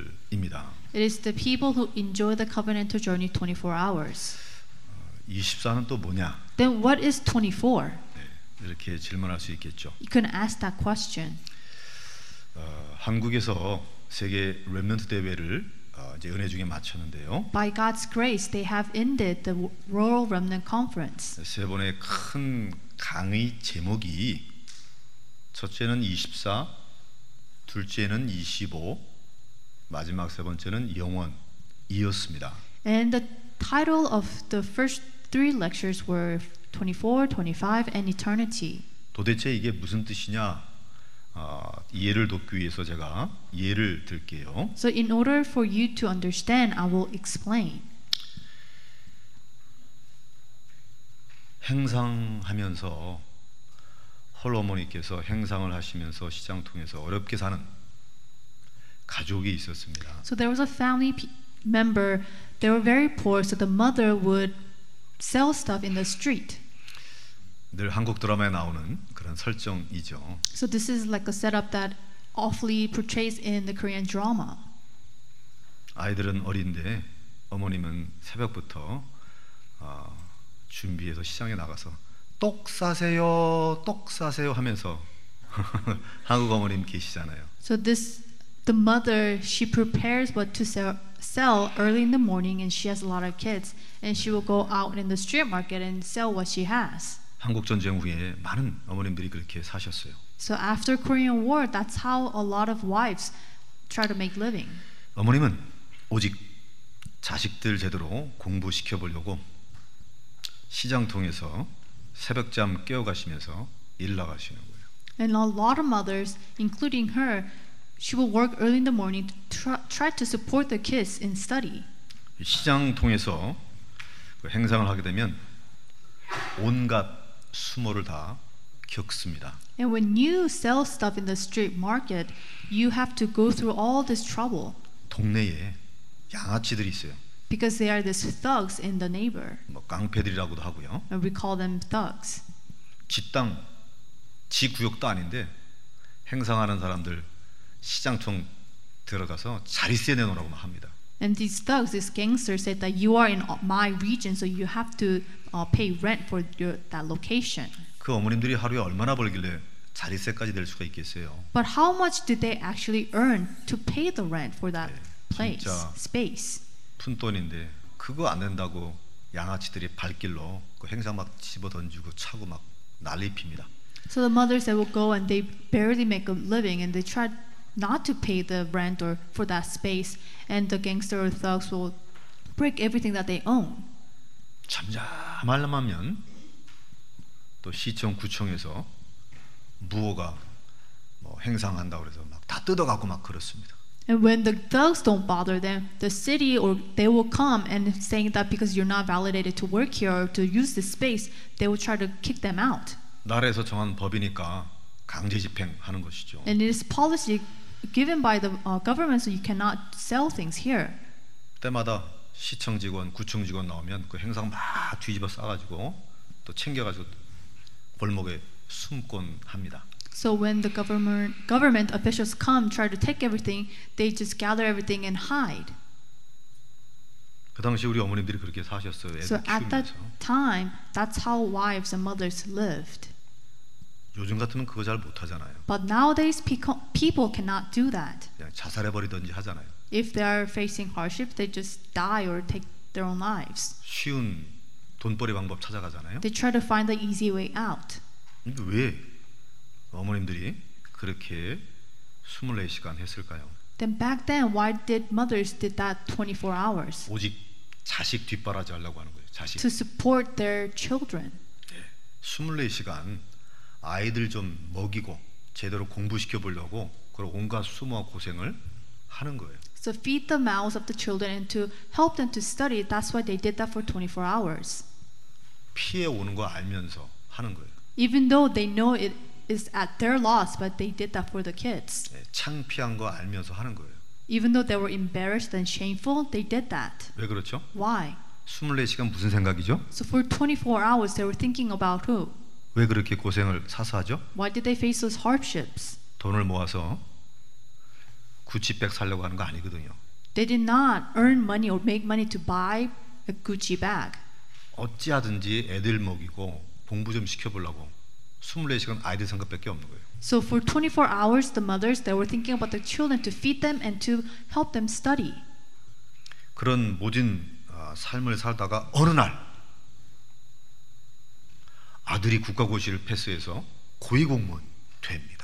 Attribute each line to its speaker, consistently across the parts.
Speaker 1: 사람들입니다.
Speaker 2: It is the people who enjoy the covenantal journey 24 hours.
Speaker 1: 24는 또 뭐냐?
Speaker 2: Then what is 24?
Speaker 1: 네, 이렇게 질문할 수 있겠죠.
Speaker 2: You can ask that question.
Speaker 1: 어, 한국에서 세계 렘넌트 대회를 어, 이제 은혜 중에 마쳤는데요.
Speaker 2: By God's grace, they have ended the Rural Remnant Conference.
Speaker 1: 세 번의 큰 강의 제목이 첫째는 24, 둘째는 25, 마지막 세 번째는 영원이었습니다.
Speaker 2: And the title of the first three lectures were 24, 25, and Eternity.
Speaker 1: 도대체 이게 무슨 뜻이냐? 아, 이해를 돕기 위해서 제가 예를 들게요.
Speaker 2: So, in order for you to understand, I will explain.
Speaker 1: 행상하면서 헐어머니께서 행상을 하시면서 시장 통해서 어렵게 사는 가족이 있었습니다.
Speaker 2: So, there was a family pe- member, they were very poor, so the mother would sell stuff in the street.
Speaker 1: 늘 한국 드라마에 나오는 그런 설정이죠.
Speaker 2: So, this is like a setup that awfully portrays in the Korean drama.
Speaker 1: 아이들은 어린데 어머님은 새벽부터 어, 준비해서 시장에 나가서 떡 사세요, 떡 사세요 하면서 한국 어머님 계시잖아요.
Speaker 2: So, this the mother she prepares what to sell, sell early in the morning and she has a lot of kids and she will go out in the street market and sell what she has
Speaker 1: 한국 전쟁 후에 많은 어머님들이 그렇게 사셨어요.
Speaker 2: so after korean war that's how a lot of wives try to make living
Speaker 1: 어머님은 오직 자식들 제대로 공부시켜 보려고 시장 통해서 새벽잠 깨어가시면서 일 나가시는 거예요.
Speaker 2: and a lot of mothers including her she will work early in the morning to try, try to support the kids in study
Speaker 1: 시장 통해서 그 행상을 하게 되면 온갖 수모를 다 겪습니다.
Speaker 2: and when you sell stuff in the street market you have to go through all this trouble
Speaker 1: 동네에 양아치들이 있어요.
Speaker 2: because they are these thugs in the neighbor
Speaker 1: 뭐 깡패들이라고도 하고요.
Speaker 2: and we call them thugs.
Speaker 1: 지 땅, 지 구역도 아닌데 행상하는 사람들 시장통 들어가서 자리세 내놓으라고 막 합니다.
Speaker 2: And these thugs, these gangsters, said that you are in my region, so you have to uh, pay rent for your, that location.
Speaker 1: 그 어머님들이 하루에 얼마나 벌길래 자리세까지 낼 수가 있겠어요.
Speaker 2: But how much did they actually earn to pay the rent for that place,
Speaker 1: 진짜.
Speaker 2: space?
Speaker 1: 푼돈인데 그거 안 낸다고 양아치들이 발길로 그 행상 막 집어 던지고 차고 막 난리 핍니다.
Speaker 2: So the mothers that will go and they barely make a living, and they try not to pay the rent or for that space, and the gangster or thugs will break everything that they own.
Speaker 1: 잠잠하면 또 시청 구청에서 무호가 뭐 행상한다 그래서 막 다 뜯어가고 막 그렇습니다.
Speaker 2: And when the thugs don't bother them, the city or they will come and saying that because you're not validated to work here or to use this space, they will try to kick them out.
Speaker 1: 나라에서 정한 법이니까 강제 집행하는 것이죠.
Speaker 2: And it is policy given by the uh, government so you cannot sell things here.
Speaker 1: 때마다 시청 직원, 구청 직원 나오면 그 행상 막 뒤집어 싸가지고 또 챙겨가지고 골목에 숨곤 합니다.
Speaker 2: So when the government government officials come try to take everything, they just gather everything and hide.
Speaker 1: 그 당시 우리 어머님들이 그렇게 사셨어요. 애들
Speaker 2: So at that
Speaker 1: 키우면서.
Speaker 2: time, that's how wives and mothers lived.
Speaker 1: 요즘 같으면 그거 잘 못하잖아요.
Speaker 2: But nowadays, peco- people cannot do that.
Speaker 1: 그냥 자살해버리든지 하잖아요.
Speaker 2: if they are facing hardship, they just die or take their own lives.
Speaker 1: 쉬운 돈벌이 방법 찾아가잖아요.
Speaker 2: They try to find the easy way out.
Speaker 1: 근데 왜 어머님들이 그렇게 24시간 했을까요?
Speaker 2: Then back then, why did mothers did that 24 hours
Speaker 1: 오직 자식 뒷바라지 하려고 하는 거예요. 자식.
Speaker 2: to support their children?
Speaker 1: 24시간 아이들 좀 먹이고 제대로 공부시켜 보려고 그런 온갖 수모와 고생을 하는 거예요.
Speaker 2: So feed the mouths of the children and to help them to study. That's why they did that for 24 hours,
Speaker 1: 피해 오는 거 알면서 하는 거예요.
Speaker 2: even though they know it is at their loss. But they did that for the kids,
Speaker 1: 네, 창피한 거 알면서 하는 거예요.
Speaker 2: even though they were embarrassed and shameful. They did that.
Speaker 1: 왜 그렇죠?
Speaker 2: Why?
Speaker 1: 24시간 무슨 생각이죠?
Speaker 2: So for 24 hours, they were thinking about who?
Speaker 1: 왜 그렇게 고생을 사서 하죠?
Speaker 2: Why did they face those hardships?
Speaker 1: 돈을 모아서 구찌백 살려고 하는 거 아니거든요.
Speaker 2: They did not earn money or make money to buy a Gucci bag.
Speaker 1: 어찌하든지 애들 먹이고 공부 좀 시켜보려고 24시간 아이들 생각밖에 없는 거예요.
Speaker 2: So for 24 hours, the mothers they were thinking about the children to feed them and to help them study.
Speaker 1: 그런 모진 아, 삶을 살다가 어느 날 아들이 국가고시를 패스해서 고위공무원 됩니다.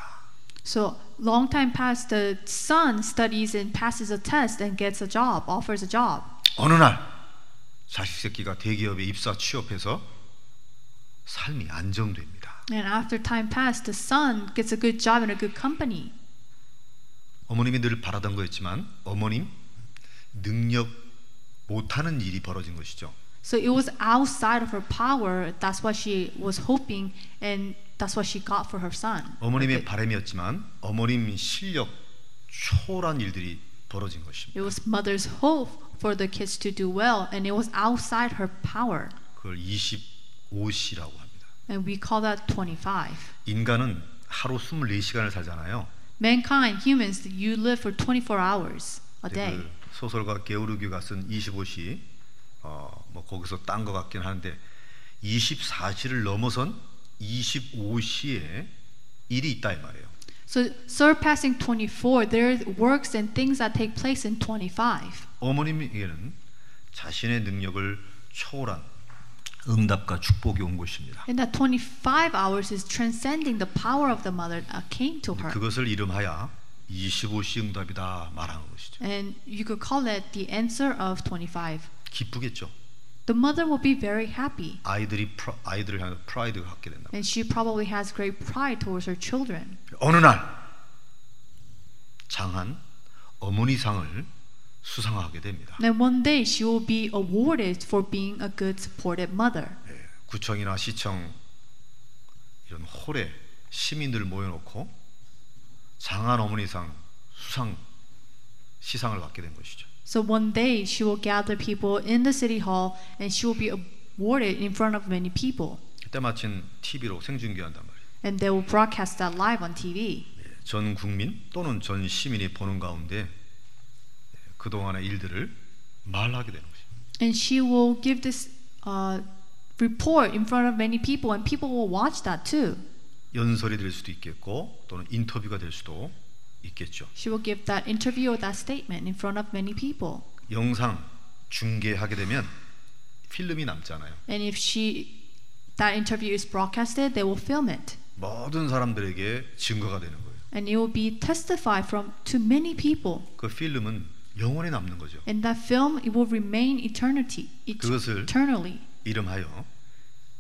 Speaker 2: So long time passed, the son studies and passes a test and gets a job, offers a job.
Speaker 1: 어느 날 자식 새끼가 대기업에 입사 취업해서 삶이 안정됩니다.
Speaker 2: And after time passed, the son gets a good job in a good company.
Speaker 1: 어머님이 늘 바라던 거였지만 어머님 능력 못하는 일이 벌어진 것이죠.
Speaker 2: So it was outside of her power. That's what she was hoping, and that's what she got for her son.
Speaker 1: 어머님의 바람이었지만 어머님 실력 초월한 일들이 벌어진 것입니다.
Speaker 2: It was mother's hope for the kids to do well, and it was outside her power.
Speaker 1: 그걸 25시라고 합니다.
Speaker 2: And we call that 25.
Speaker 1: 인간은 하루 24시간을 살잖아요.
Speaker 2: Mankind, humans, you live for 24 hours a
Speaker 1: 근데
Speaker 2: day.
Speaker 1: 그 소설가 게오르기가 쓴 25시 어, 뭐 거기서 딴 것 같긴 하는데 24시를 넘어선 25시에 일이 있다 이 말이에요.
Speaker 2: So surpassing 24, there are works and things that take place in 25.
Speaker 1: 어머님에게는 자신의 능력을 초월한 응답과 축복이 온 것입니다.
Speaker 2: And that 25 hours is transcending the power of the mother that came to her.
Speaker 1: 그것을 이름하여 25시 응답이다 말하는 것이죠.
Speaker 2: And you could call it the answer of 25.
Speaker 1: 기쁘겠죠.
Speaker 2: The mother will be very happy,
Speaker 1: 아이들이 프라, 아이들을 향해 프라이드가 갖게 된다.
Speaker 2: and she probably has great pride towards her children.
Speaker 1: 어느 날 장한 어머니상을 수상하게 됩니다.
Speaker 2: And one day she will be awarded for being a good, supportive mother.
Speaker 1: 예, 구청이나 시청 이런 홀에 시민들 모여놓고 장한 어머니상 수상 시상을 받게 된 것이죠.
Speaker 2: So one day she will gather people in the city hall and she will be awarded in front of many people.
Speaker 1: 그때 마침 TV로 생중계한단 말이에요.
Speaker 2: And they will broadcast that live on TV.
Speaker 1: 예, 전 국민 또는 전 시민이 보는 가운데 예, 그동안의 일들을 말하게 되는 것입니다.
Speaker 2: And she will give this uh, report in front of many people, and people will watch that too.
Speaker 1: 연설이 될 수도 있겠고 또는 인터뷰가 될 수도 있겠죠.
Speaker 2: She will give that interview or that statement in front of many people.
Speaker 1: 영상 중계하게 되면 필름이 남잖아요.
Speaker 2: And if she that interview is broadcasted, they will film it.
Speaker 1: 모든 사람들에게 증거가 되는 거예요.
Speaker 2: And it will be testified from to many people.
Speaker 1: 그 필름은 영원히 남는 거죠.
Speaker 2: And that film it will remain eternity et-
Speaker 1: 그것을-
Speaker 2: eternally.
Speaker 1: 이름하여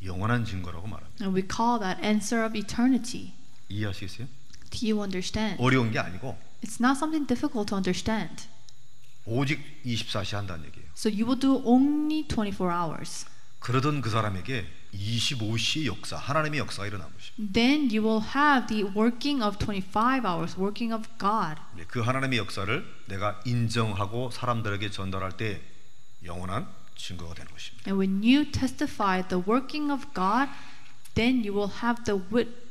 Speaker 1: 영원한 증거라고 말합니다.
Speaker 2: And we call that answer of eternity.
Speaker 1: 이해하시겠어요?
Speaker 2: Do you understand?
Speaker 1: 어려운 게 아니고
Speaker 2: It's not something difficult to understand.
Speaker 1: 오직 24시 한다는 얘기예요.
Speaker 2: So you will do only 24 hours.
Speaker 1: 그러던 그 사람에게 25시의 역사, 하나님의 역사가 일어난 것입니다.
Speaker 2: Then you will have the working of 25 hours, working of God.
Speaker 1: 네, 그 하나님의 역사를 내가 인정하고 사람들에게 전달할 때 영원한 증거가 되는 것입니다.
Speaker 2: And when you testify the working of God, then you will have the wit-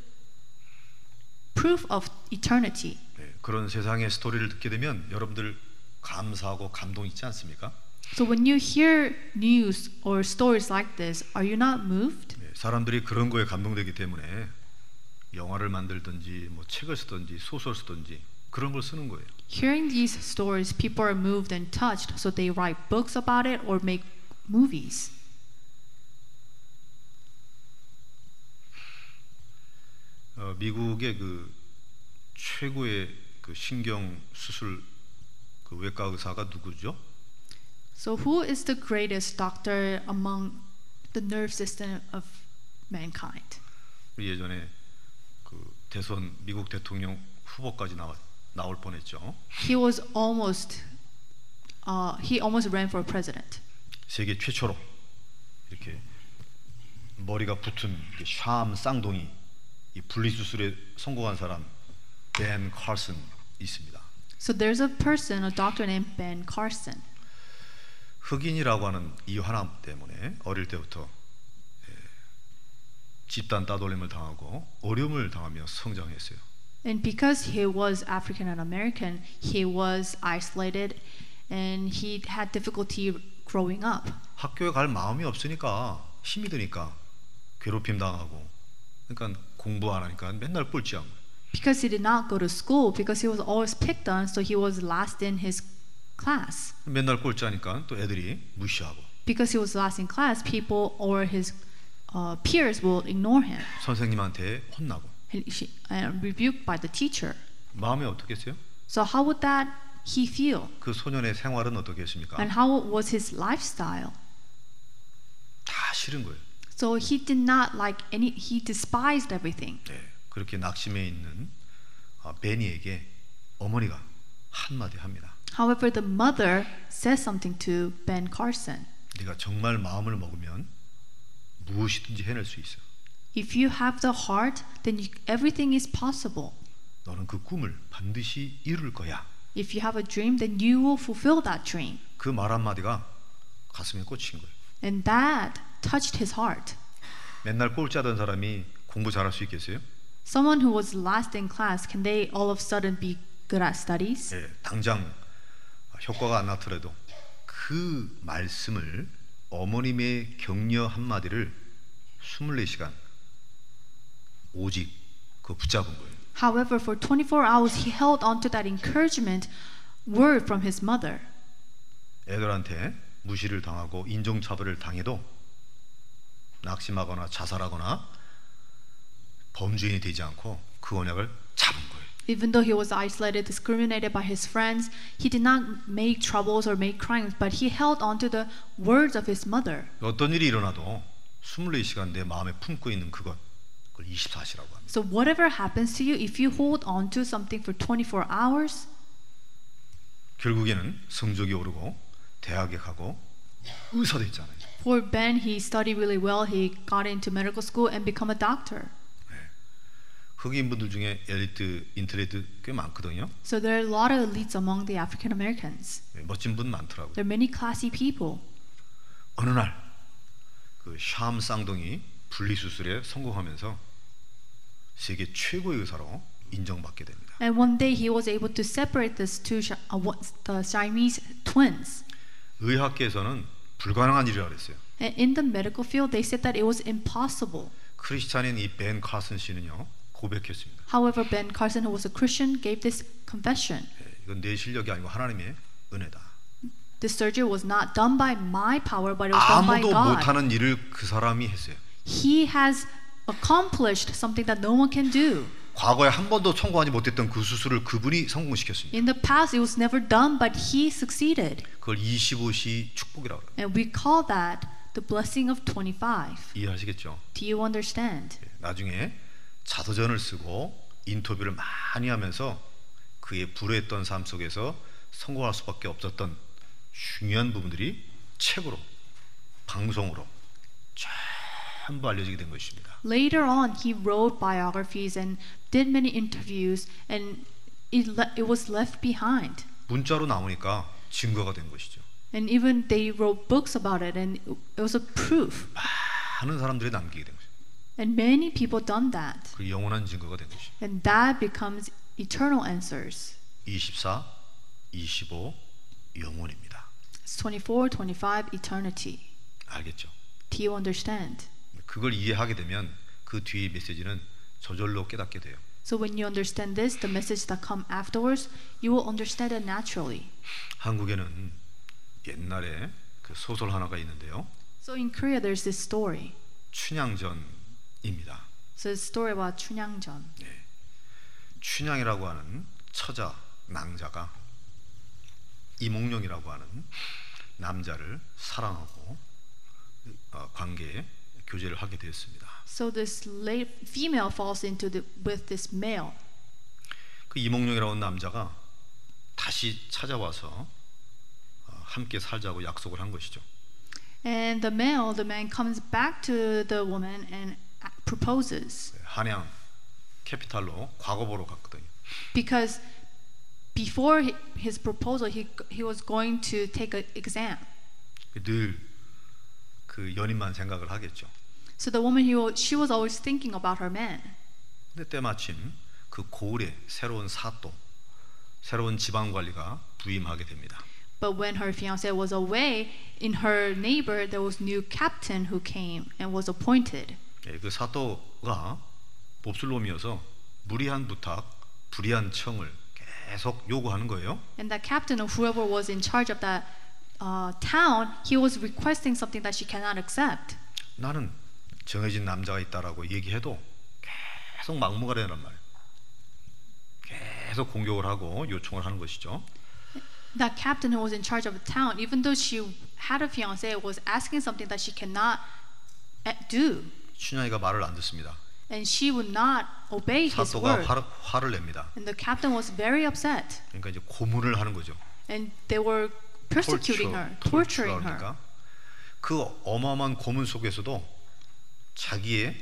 Speaker 2: proof of eternity.
Speaker 1: 네, 그런 세상의 스토리를 듣게 되면 여러분들 감사하고 감동 있지 않습니까?
Speaker 2: So when you hear news or stories like this, are you not moved?
Speaker 1: 네, 사람들이 그런 거에 감동되기 때문에 영화를 만들든지 뭐 책을 쓰든지 소설 쓰든지 그런 걸 쓰는 거예요.
Speaker 2: Hearing these stories, people are moved and touched, so they write books about it or make movies.
Speaker 1: 어, 미국의 그 최고의 그 신경 수술 그 외과 의사가 누구죠?
Speaker 2: So who is the greatest doctor among the nerve system of mankind?
Speaker 1: 우리 예전에 그 대선 미국 대통령 후보까지 나와, 나올 뻔했죠.
Speaker 2: He was almost uh, he almost ran for president.
Speaker 1: 세계 최초로 이렇게 머리가 붙은 이렇게 샴 쌍둥이 이 분리수술에 성공한 사람 벤 칼슨 있습니다.
Speaker 2: So there's a person, a doctor named Ben Carson.
Speaker 1: 흑인이라고 하는 이 하나 때문에 어릴 때부터 예, 집단 따돌림을 당하고 어려움을 당하며 성장했어요.
Speaker 2: And because he was African and American, he was isolated and he had difficulty growing up.
Speaker 1: 학교에 갈 마음이 없으니까 힘이 드니까 괴롭힘 당하고 그러니까 공부 안 하니까 맨날 꼴찌한 거예요.
Speaker 2: Because he did not go to school, because he was always picked on, so he was last in his class.
Speaker 1: 맨날 꼴찌하니까 또 애들이 무시하고
Speaker 2: Because he was last in class, people or his uh, peers will ignore him
Speaker 1: 선생님한테 혼나고
Speaker 2: and, she, and rebuked by the teacher.
Speaker 1: 마음이 어떻겠어요?
Speaker 2: So how would that he feel?
Speaker 1: 그 소년의 생활은 어떻겠습니까?
Speaker 2: And how was his lifestyle?
Speaker 1: 다 싫은 거예요.
Speaker 2: So he did not like any. He despised everything.
Speaker 1: 네, 그렇게 낙심해 있는 아, 베니에게 어머니가 한마디 합니다.
Speaker 2: However, the mother says something to Ben Carson.
Speaker 1: 네가 정말 마음을 먹으면 무엇이든지 해낼 수 있어.
Speaker 2: If you have the heart, then you, everything is possible.
Speaker 1: 너는 그 꿈을 반드시 이룰 거야.
Speaker 2: If you have a dream, then you will fulfill that dream.
Speaker 1: 그 말 한마디가 가슴에 꽂힌 거예요.
Speaker 2: And that touched his heart.
Speaker 1: 맨날 꼴찌하던 사람이 공부 잘할 수 있겠어요?
Speaker 2: Someone who was last in class, can they all of a sudden be good at studies?
Speaker 1: 예, 당장 효과가 안 나더라도 그 말씀을 어머님의 격려 한마디를 24시간 오직 그 붙잡은 거예요.
Speaker 2: However, for 24 hours, he held on to that encouragement word from his mother.
Speaker 1: 애들한테 무시를 당하고 인종차별을 당해도 낙심하거나 자살하거나 범죄인이 되지 않고 그 언약을 잡은 거예요.
Speaker 2: Even though he was isolated, discriminated by his friends, he did not make troubles or make crimes, but he held on to the words of his mother.
Speaker 1: 어떤 일이 일어나도 24시간 내 마음에 품고 있는 그것 그걸 24시라고 합니다.
Speaker 2: So, whatever happens to you, if you hold on to something for 24 hours,
Speaker 1: 결국에는 성적이 오르고 대학에 가고 의사 됐잖아요.
Speaker 2: poor Ben, he studied really well, he got into medical school and become a doctor.
Speaker 1: 흑인 분들 중에 엘리트 인터넷 꽤 많거든요.
Speaker 2: So, there are a lot of elites among the African Americans.
Speaker 1: 예, 멋진 분 많더라고요.
Speaker 2: There are many classy people.
Speaker 1: 어느 날그샴 쌍둥이 분리수술에 성공하면서 세계 최고의 의사로 인정받게 됩니다.
Speaker 2: And one day he was able to separate these two Chi- uh, what- the Siamese twins.
Speaker 1: 의학계에서는 불가능한 일이라 그랬어요.
Speaker 2: And in the medical field, they said that it was impossible.
Speaker 1: 크리스찬인 이 벤 카슨 씨는요 고백했습니다.
Speaker 2: However, Ben Carson, who was a Christian, gave this confession.
Speaker 1: 예, 이건 내 실력이 아니고 하나님의 은혜다.
Speaker 2: The surgery was not done by Oh my power, but it was done by
Speaker 1: 아무도
Speaker 2: God.
Speaker 1: 못하는 일을 그 사람이 했어요.
Speaker 2: He has accomplished something that no one can do.
Speaker 1: 과거에 한 번도 성공하지 못했던 그 수술을 그분이 성공시켰습니다.
Speaker 2: In the past, it was never done, but he succeeded.
Speaker 1: 그걸 25시 축복이라고 그래요.
Speaker 2: And we call that the blessing of 25.
Speaker 1: 이해하시겠죠?
Speaker 2: Do you understand?
Speaker 1: 예, 나중에 자서전을 쓰고 인터뷰를 많이 하면서 그의 불우했던 삶 속에서 성공할 수밖에 없었던 중요한 부분들이 책으로 방송으로 전부 알려지게 된 것입니다.
Speaker 2: Later on, he wrote biographies and did many interviews, and it, le- it was left behind.
Speaker 1: 문자로 나오니까 증거가 된 것이죠.
Speaker 2: And even they wrote books about it, and it was a proof.
Speaker 1: 많은 사람들이 남기게 된 것이죠.
Speaker 2: And many people done that.
Speaker 1: 그 영원한 증거가 된 것이죠.
Speaker 2: And that becomes eternal answers.
Speaker 1: 24, 25 영원입니다.
Speaker 2: It's 24, 25, eternity.
Speaker 1: 알겠죠?
Speaker 2: Do you understand?
Speaker 1: 그걸 이해하게 되면 그 뒤의 메시지는 저절로 깨닫게 돼요.
Speaker 2: So when you understand this, the message that come afterwards, you will understand it naturally.
Speaker 1: 한국에는 옛날에 그 소설 하나가 있는데요.
Speaker 2: So in Korea, there's this story.
Speaker 1: 춘향전입니다.
Speaker 2: So it's a story about Chunhyangjeon.
Speaker 1: 춘향이라고 하는 처자 낭자가 이몽룡이라고 하는 남자를 사랑하고 어, 관계에 교제를 하게 되었습니다.
Speaker 2: So this late female falls into the, with this male.
Speaker 1: 그 이몽룡이라는 남자가 다시 찾아와서 어, 함께 살자고 약속을 한 것이죠.
Speaker 2: And the male, the man comes back to the woman and a- proposes.
Speaker 1: 네, 한양 캐피탈로 과거 보러 갔거든요.
Speaker 2: Because before hi- his proposal, he, he was going to take an exam.
Speaker 1: 늘 그 연인만 생각을 하겠죠.
Speaker 2: So the woman, he, wa- she was always thinking about her man.
Speaker 1: 근데 때마침 그 고을의 새로운 사또, 새로운 지방 관리가 부임하게 됩니다.
Speaker 2: But when her fiance was away, in her neighbor there was new captain who came and was appointed.
Speaker 1: 예, 그 사또가 봅슬놈이어서 무리한 부탁, 불이한 청을 계속 요구하는 거예요.
Speaker 2: And that captain or whoever was in charge of that uh, town, he was requesting something that she cannot accept.
Speaker 1: 나는 정해진 남자가 있다라고 얘기해도 계속 막무가내란 말이에요. 계속 공격을 하고 요청을 하는 것이죠.
Speaker 2: That captain who was in charge of the town, even though she had a fiance, was asking something that she cannot eh, do,
Speaker 1: 춘향이가 말을 안 듣습니다.
Speaker 2: and she would not obey his
Speaker 1: 사또가
Speaker 2: word.
Speaker 1: 화를, 화를 냅니다.
Speaker 2: And the captain was very upset,
Speaker 1: 그러니까 이제 고문을 하는 거죠.
Speaker 2: and they were persecuting her, torturing her.
Speaker 1: 그러니까 그 어마어마한 고문 속에서도 자기의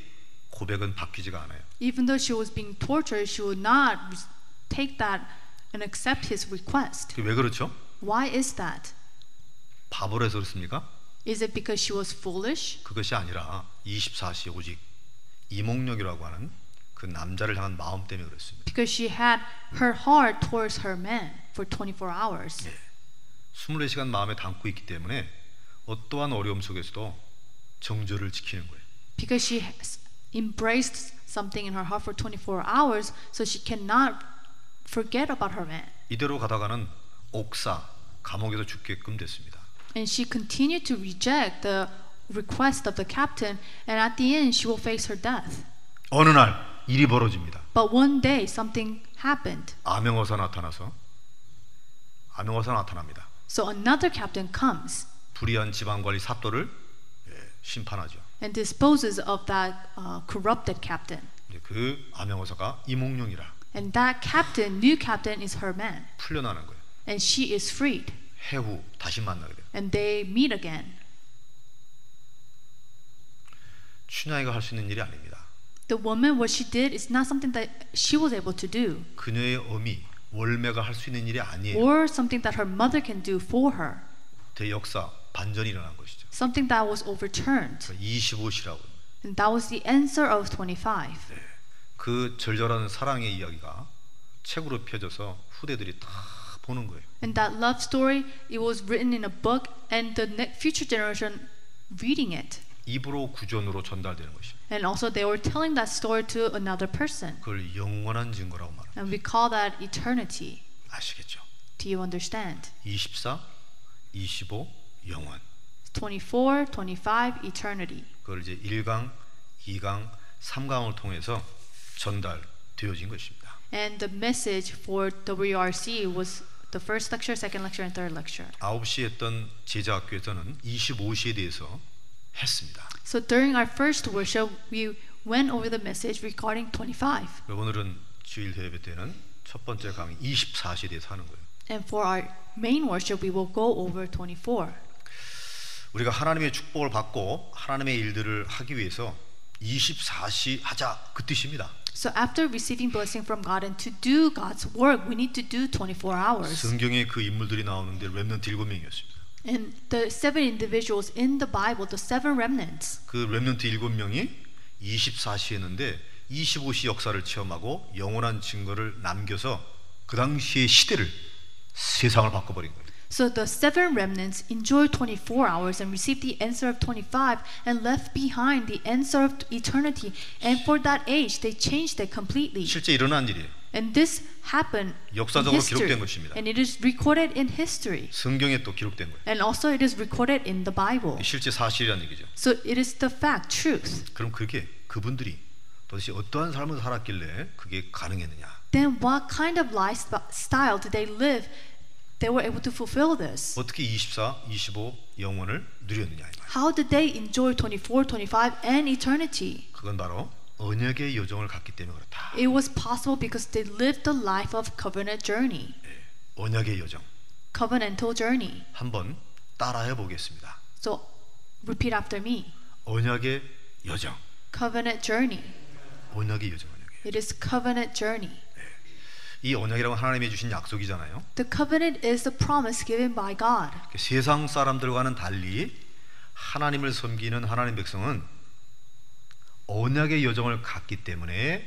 Speaker 1: 고백은 바뀌지가 않아요.
Speaker 2: Even though she was being tortured, she would not re- take that and accept his request.
Speaker 1: 그게 왜 그렇죠?
Speaker 2: Why is that?
Speaker 1: 바보라 해서 그렇습니까?
Speaker 2: Is it because she was foolish?
Speaker 1: 그것이 아니라 24시 오직 이몽룡이라고 하는 그 남자를 향한 마음 때문에 그렇습니다.
Speaker 2: Because she had her heart towards her man for 24 hours.
Speaker 1: 24시간 마음에 담고 있기 때문에 어떠한 어려움 속에서도 정조를 지키는 거예요.
Speaker 2: Because she has embraced something in her heart for 24 hours, so she cannot forget about her man.
Speaker 1: 이대로 가다가는 옥사 감옥에서 죽게끔 됐습니다.
Speaker 2: And she continued to reject the request of the captain, and at the end, she will face her death.
Speaker 1: 어느 날 일이 벌어집니다.
Speaker 2: But one day, something happened.
Speaker 1: 암행어사 나타나서 암행어사 나타납니다.
Speaker 2: So another captain comes
Speaker 1: 불의한 지방관리 사또를 예, 심판하죠.
Speaker 2: and disposes of that uh, corrupted captain.
Speaker 1: 이제 그 암행어사가 이몽룡이라
Speaker 2: And that captain, new captain, is her man,
Speaker 1: 풀려나는 거예요.
Speaker 2: and she is freed.
Speaker 1: 해후 다시 만나게 돼요.
Speaker 2: And they meet again.
Speaker 1: 춘향이가 할 수 있는 일이 아닙니다.
Speaker 2: The woman, what she did, is not something that she was able to do,
Speaker 1: 그녀의 어미 월매가 할 수 있는 일이 아니에요.
Speaker 2: or something that her mother can do for her.
Speaker 1: 대역사 반전이 일어난 것이죠.
Speaker 2: Something that was overturned,
Speaker 1: 25시라고
Speaker 2: and that was the answer of 25.
Speaker 1: 그 절절한 사랑의 이야기가 책으로 펴져서 후대들이 다 보는 거예요.
Speaker 2: And that love story, it was written in a book, and the ne- future generation reading it,
Speaker 1: 입으로 구전으로 전달되는 것이죠.
Speaker 2: and also they were telling that story to another person.
Speaker 1: 그걸 영원한 증거라고 말합니다.
Speaker 2: And we call that eternity.
Speaker 1: 아시겠죠?
Speaker 2: Do you understand?
Speaker 1: 24, 25, 영원.
Speaker 2: 24, 25, eternity.
Speaker 1: 그걸 이제 1강, 2강, 3강을 통해서 전달되어진 것입니다.
Speaker 2: And the message for WRC was the first lecture, second lecture, and third lecture.
Speaker 1: 9시 했던 제자학교에서는 25시에 대해서 했습니다.
Speaker 2: So during our first worship, we went over the message regarding 25.
Speaker 1: 그리고 오늘은 주일 예배 때는 첫 번째 강의 24시에 대해서 하는 거예요.
Speaker 2: And for our main worship, we will go over 24.
Speaker 1: 우리가 하나님의 축복을 받고 하나님의 일들을 하기 위해서 24시 하자 그 뜻입니다.
Speaker 2: So after receiving blessing from God and to do God's work, we need to do 24 hours.
Speaker 1: 성경에 그 인물들이 나오는데 렘넌트 7명이었습니다.
Speaker 2: And the seven individuals in the Bible, the seven remnants,
Speaker 1: 그 렘넌트 7명이 24시 했는데 25시 역사를 체험하고 영원한 증거를 남겨서 그 당시의 시대를 세상을 바꿔버린 거예요.
Speaker 2: So the seven remnants enjoyed 24 hours and received the answer of 25 and left behind the answer of eternity. And for that age, they changed it completely.
Speaker 1: 실제 일어난 일이에요.
Speaker 2: And this happened in
Speaker 1: 역사적으로 기록된
Speaker 2: history.
Speaker 1: 것입니다.
Speaker 2: And it is recorded in history.
Speaker 1: 성경에 또 기록된 거예요.
Speaker 2: And also it is recorded in the Bible.
Speaker 1: 실제 사실이라는 얘기죠.
Speaker 2: So it is the fact, truth.
Speaker 1: 그럼 그게 그분들이 도대체 어떠한 삶을 살았길래 그게 가능했느냐?
Speaker 2: Then what kind of lifestyle did they live? They were able to fulfill this.
Speaker 1: 어떻게 24, 25 영원을 누렸느냐 이 말.
Speaker 2: How did they enjoy 24, 25, and eternity?
Speaker 1: 그건 바로 언약의 요정을 갖기 때문에 그렇다.
Speaker 2: It was possible because they lived the life of covenant journey,
Speaker 1: 언약의 요정
Speaker 2: covenantal journey.
Speaker 1: 한번 따라해 보겠습니다.
Speaker 2: So repeat after me.
Speaker 1: 언약의 여정,
Speaker 2: Covenant journey.
Speaker 1: 언약의 여정, 언약의.
Speaker 2: It is covenant journey.
Speaker 1: 이 언약이라고 하나님이 주신 약속이잖아요. 그
Speaker 2: The covenant is the promise given by God.
Speaker 1: 세상 사람들과는 달리 하나님을 섬기는 하나님 백성은 언약의 여정을 갖기 때문에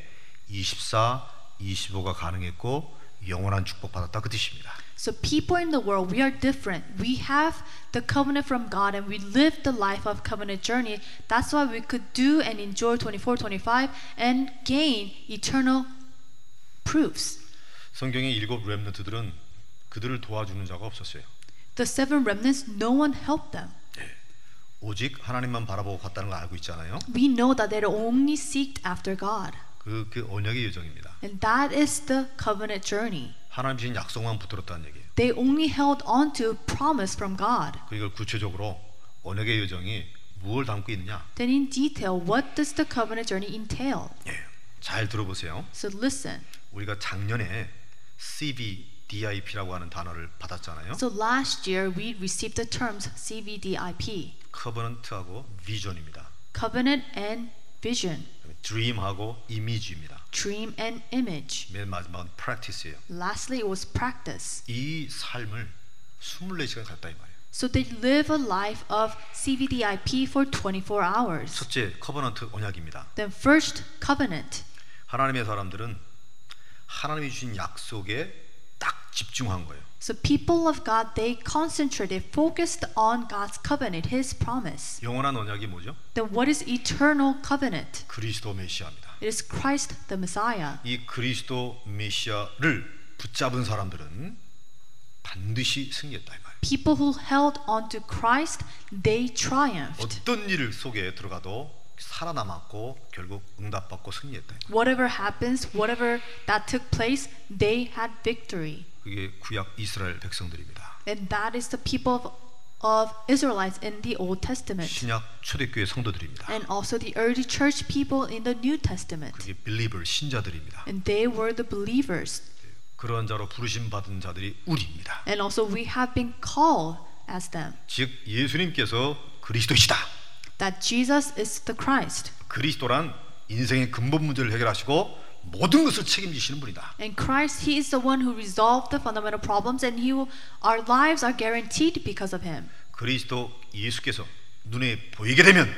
Speaker 1: 24, 25가 가능했고 영원한 축복 받았다 그 뜻입니다.
Speaker 2: So, people in the world, we are different. We have the covenant from God and we live the life of covenant journey. That's why we could do and enjoy 24, 25 and gain eternal proofs.
Speaker 1: 성경의 일곱 렘넌트들은 그들을 도와주는 자가 없었어요.
Speaker 2: The seven remnants, no one helped them.
Speaker 1: 오직 하나님만 바라보고 갔다는 걸 알고 있잖아요.
Speaker 2: We know that they only seeked after God.
Speaker 1: 그, 그 언약의 여정입니다.
Speaker 2: And that is the covenant journey.
Speaker 1: 하나님 주신 약속만 붙들었다는 얘기예요.
Speaker 2: They only held on to promise from God.
Speaker 1: 그 이걸 구체적으로 언약의 여정이 무엇을 담고 있느냐?
Speaker 2: Then, in detail, what does the covenant journey entail?
Speaker 1: 예, 잘 들어보세요.
Speaker 2: So, listen.
Speaker 1: 우리가 작년에 CBDIP라고 하는 단어를 받았잖아요.
Speaker 2: So, last year we received the terms CVDIP,
Speaker 1: 커버넌트하고 비전입니다.
Speaker 2: covenant and vision,
Speaker 1: 드림하고 이미지입니다.
Speaker 2: dream and image.
Speaker 1: 맨 마지막은 프랙티스예요.
Speaker 2: Lastly, it was practice.
Speaker 1: 이 삶을 24시간 갔다 이 말이에요.
Speaker 2: So, they live a life of CVDIP for 24 hours.
Speaker 1: 첫째 커버넌트 언약입니다.
Speaker 2: Then, first, covenant.
Speaker 1: 하나님의 사람들은 하나님이 주신 약속에 딱 집중한 거예요.
Speaker 2: So people of God, they concentrated, focused on God's covenant, His promise.
Speaker 1: 영원한 언약이 뭐죠?
Speaker 2: Then what is eternal covenant?
Speaker 1: 그리스도 메시아입니다.
Speaker 2: It is Christ the Messiah.
Speaker 1: 이 그리스도 메시아를 붙잡은 사람들은 반드시 승리했다 이 말이에요.
Speaker 2: People who held on to Christ, they triumphed.
Speaker 1: 어떤 일 속에 들어가도 살아남았고 결국 응답받고 승리했다. 이 말이에요.
Speaker 2: Whatever happens, whatever that took place, they had victory.
Speaker 1: 그게 구약 이스라엘 백성들입니다.
Speaker 2: And that is the people of, of Israelites in the Old Testament.
Speaker 1: 신약 초대교회 성도들입니다.
Speaker 2: And also the early church people in the New Testament.
Speaker 1: 그게 빌리버 신자들입니다.
Speaker 2: And they were the believers.
Speaker 1: 그런 자로 부르심 받은 자들이 우리입니다.
Speaker 2: And also we have been called as them.
Speaker 1: 즉 예수님께서 그리스도시다.
Speaker 2: that Jesus is the Christ.
Speaker 1: 그리스도란 인생의 근본 문제를 해결하시고 모든 것을 책임지시는 분이다.
Speaker 2: And Christ, He is the one who resolved the fundamental problems, and He will, our lives are guaranteed because of Him.
Speaker 1: 그리스도 예수께서 눈에 보이게 되면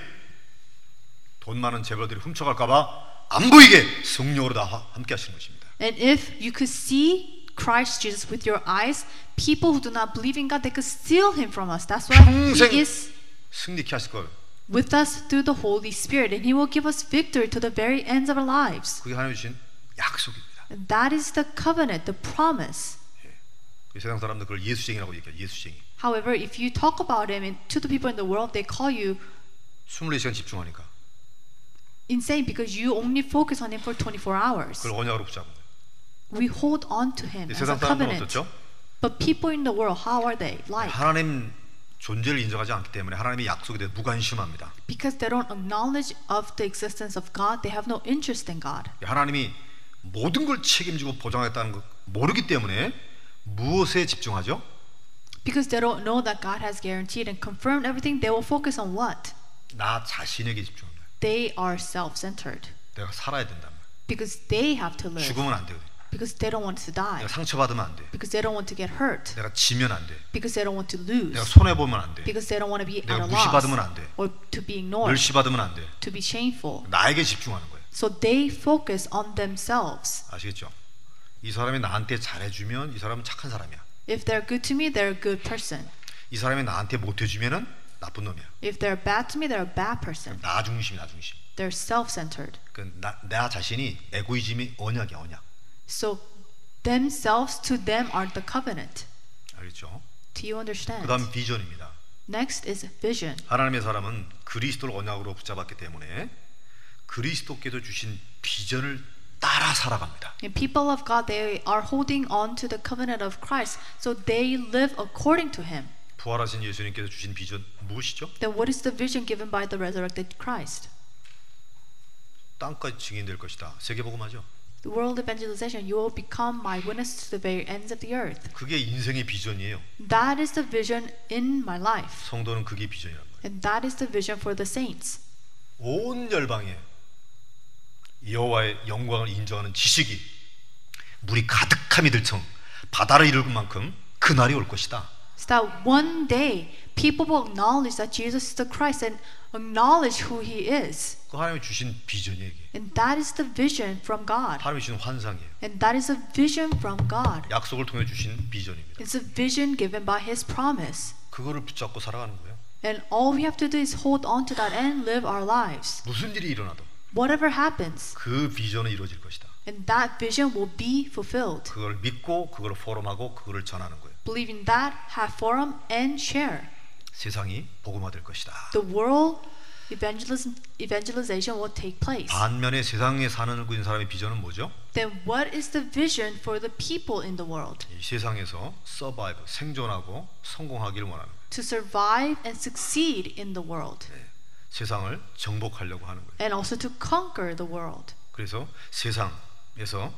Speaker 1: 돈 많은 재벌들이 훔쳐갈까봐 안 보이게 성령으로 다 하- 함께 하시는 것입니다.
Speaker 2: And if you could see Christ Jesus with your eyes, people who do not believe in God, they could steal Him from us. That's why
Speaker 1: 평생
Speaker 2: He is
Speaker 1: 승리케 하실 걸
Speaker 2: with us through the Holy Spirit, and He will give us victory to the very ends of our lives.
Speaker 1: 그게 하나님 주신 약속입니다.
Speaker 2: And that is the covenant, the promise.
Speaker 1: 이 세상 사람들 그걸 예수쟁이라고 얘기해요. 예수쟁이.
Speaker 2: However, if you talk about Him and to the people in the world, they call you
Speaker 1: 24시간 집중하니까
Speaker 2: insane because you only focus on Him for 24 hours.
Speaker 1: 그걸 언약으로 붙잡은 거예요.
Speaker 2: We hold on to him
Speaker 1: 이
Speaker 2: as a
Speaker 1: 세상 사람들은
Speaker 2: covenant.
Speaker 1: 어떻죠?
Speaker 2: But people in the world, how are they like?
Speaker 1: 하나님 존재를 인정하지 않기 때문에 하나님의 약속에 대해 무관심합니다.
Speaker 2: Because they don't acknowledge of the existence of God, they have no interest in God.
Speaker 1: 하나님이 모든 걸 책임지고 보장했다는 걸 모르기 때문에 무엇에 집중하죠?
Speaker 2: Because they don't know that God has guaranteed and confirmed everything, they will focus on what?
Speaker 1: 나 자신에게 집중합니다.
Speaker 2: They are self-centered.
Speaker 1: 내가 살아야 된다.
Speaker 2: Because they have to live.
Speaker 1: 죽으면 안 되거든.
Speaker 2: Because they don't want to die.
Speaker 1: 내가 상처받으면 안 돼.
Speaker 2: Because they don't want to get hurt.
Speaker 1: 내가 지면 안 돼.
Speaker 2: Because they don't want to
Speaker 1: 내가
Speaker 2: lose.
Speaker 1: 손해 보면 안 돼.
Speaker 2: Because they don't want to be at
Speaker 1: 내가
Speaker 2: a loss.
Speaker 1: 무시받으면 안 돼.
Speaker 2: Or to be ignored.
Speaker 1: 멸시받으면 안 돼.
Speaker 2: To be shameful.
Speaker 1: 나에게 집중하는 거예요.
Speaker 2: So they focus on themselves.
Speaker 1: 아시겠죠? 이 사람이 나한테 잘해주면 이 사람은 착한 사람이야.
Speaker 2: If they're good to me, they're a good person.
Speaker 1: 이 사람이 나한테 못해주면은 나쁜 놈이야.
Speaker 2: If they're bad to me, they're a bad person.
Speaker 1: 나 중심, 나 중심.
Speaker 2: They're self centered.
Speaker 1: 그나 나 자신이 에고이즘이 언약이야, 언약.
Speaker 2: So themselves to them are the covenant.
Speaker 1: 알겠죠?
Speaker 2: Do you understand?
Speaker 1: 그다음 비전입니다.
Speaker 2: Next is vision.
Speaker 1: 하나님의 사람은 그리스도를 언약으로 붙잡았기 때문에 그리스도께서 주신 비전을 따라 살아갑니다.
Speaker 2: And people of God, they are holding on to the covenant of Christ, so they live according to Him.
Speaker 1: 부활하신 예수님께서 주신 비전 무엇이죠?
Speaker 2: Then, what is the vision given by the resurrected Christ?
Speaker 1: 땅까지 증인될 것이다. 세계복음하죠.
Speaker 2: The world evangelization, you will become my witness to the very ends of the earth.
Speaker 1: 그게 인생의 비전이에요.
Speaker 2: That is the vision in my life,
Speaker 1: 성도는 그게 비전이란 거예요.
Speaker 2: and that is the vision for the saints.
Speaker 1: 온 열방에 여호와의 영광을 인정하는 지식이 물이 가득함이 들청 바다를 이룰 만큼 그날이 올 것이다.
Speaker 2: So that one day people will acknowledge that Jesus is the Christ and acknowledge who he is.
Speaker 1: 그 하나님이 주신 비전이에요. 이게.
Speaker 2: And that is the vision from God.
Speaker 1: 하나님이 주신 환상이에요.
Speaker 2: And that is a vision from God.
Speaker 1: 약속을 통해 주신 비전입니다.
Speaker 2: It's a vision given by his promise.
Speaker 1: 그거를 붙잡고 살아가는 거예요.
Speaker 2: And all we have to do is hold on to that and live our lives.
Speaker 1: 무슨 일이 일어나도
Speaker 2: Whatever happens,
Speaker 1: 그 비전은 이루어질 것이다.
Speaker 2: and that vision will be fulfilled.
Speaker 1: 그걸 믿고 그걸 포럼하고 그거를 전하는 거예요.
Speaker 2: Believe in that, have forum, and share.
Speaker 1: 세상이 복음화될 것이다.
Speaker 2: The world evangelism, evangelization will take place.
Speaker 1: 반면에 세상에 사는 그 사람의 비전은 뭐죠?
Speaker 2: Then, what is the vision for the people in the world?
Speaker 1: 이 세상에서 서바이브 생존하고 성공하기를 원하는 거예요.
Speaker 2: To survive and succeed in the world,
Speaker 1: 네. 세상을 정복하려고 하는 거예요.
Speaker 2: and also to conquer the world.
Speaker 1: 그래서 세상에서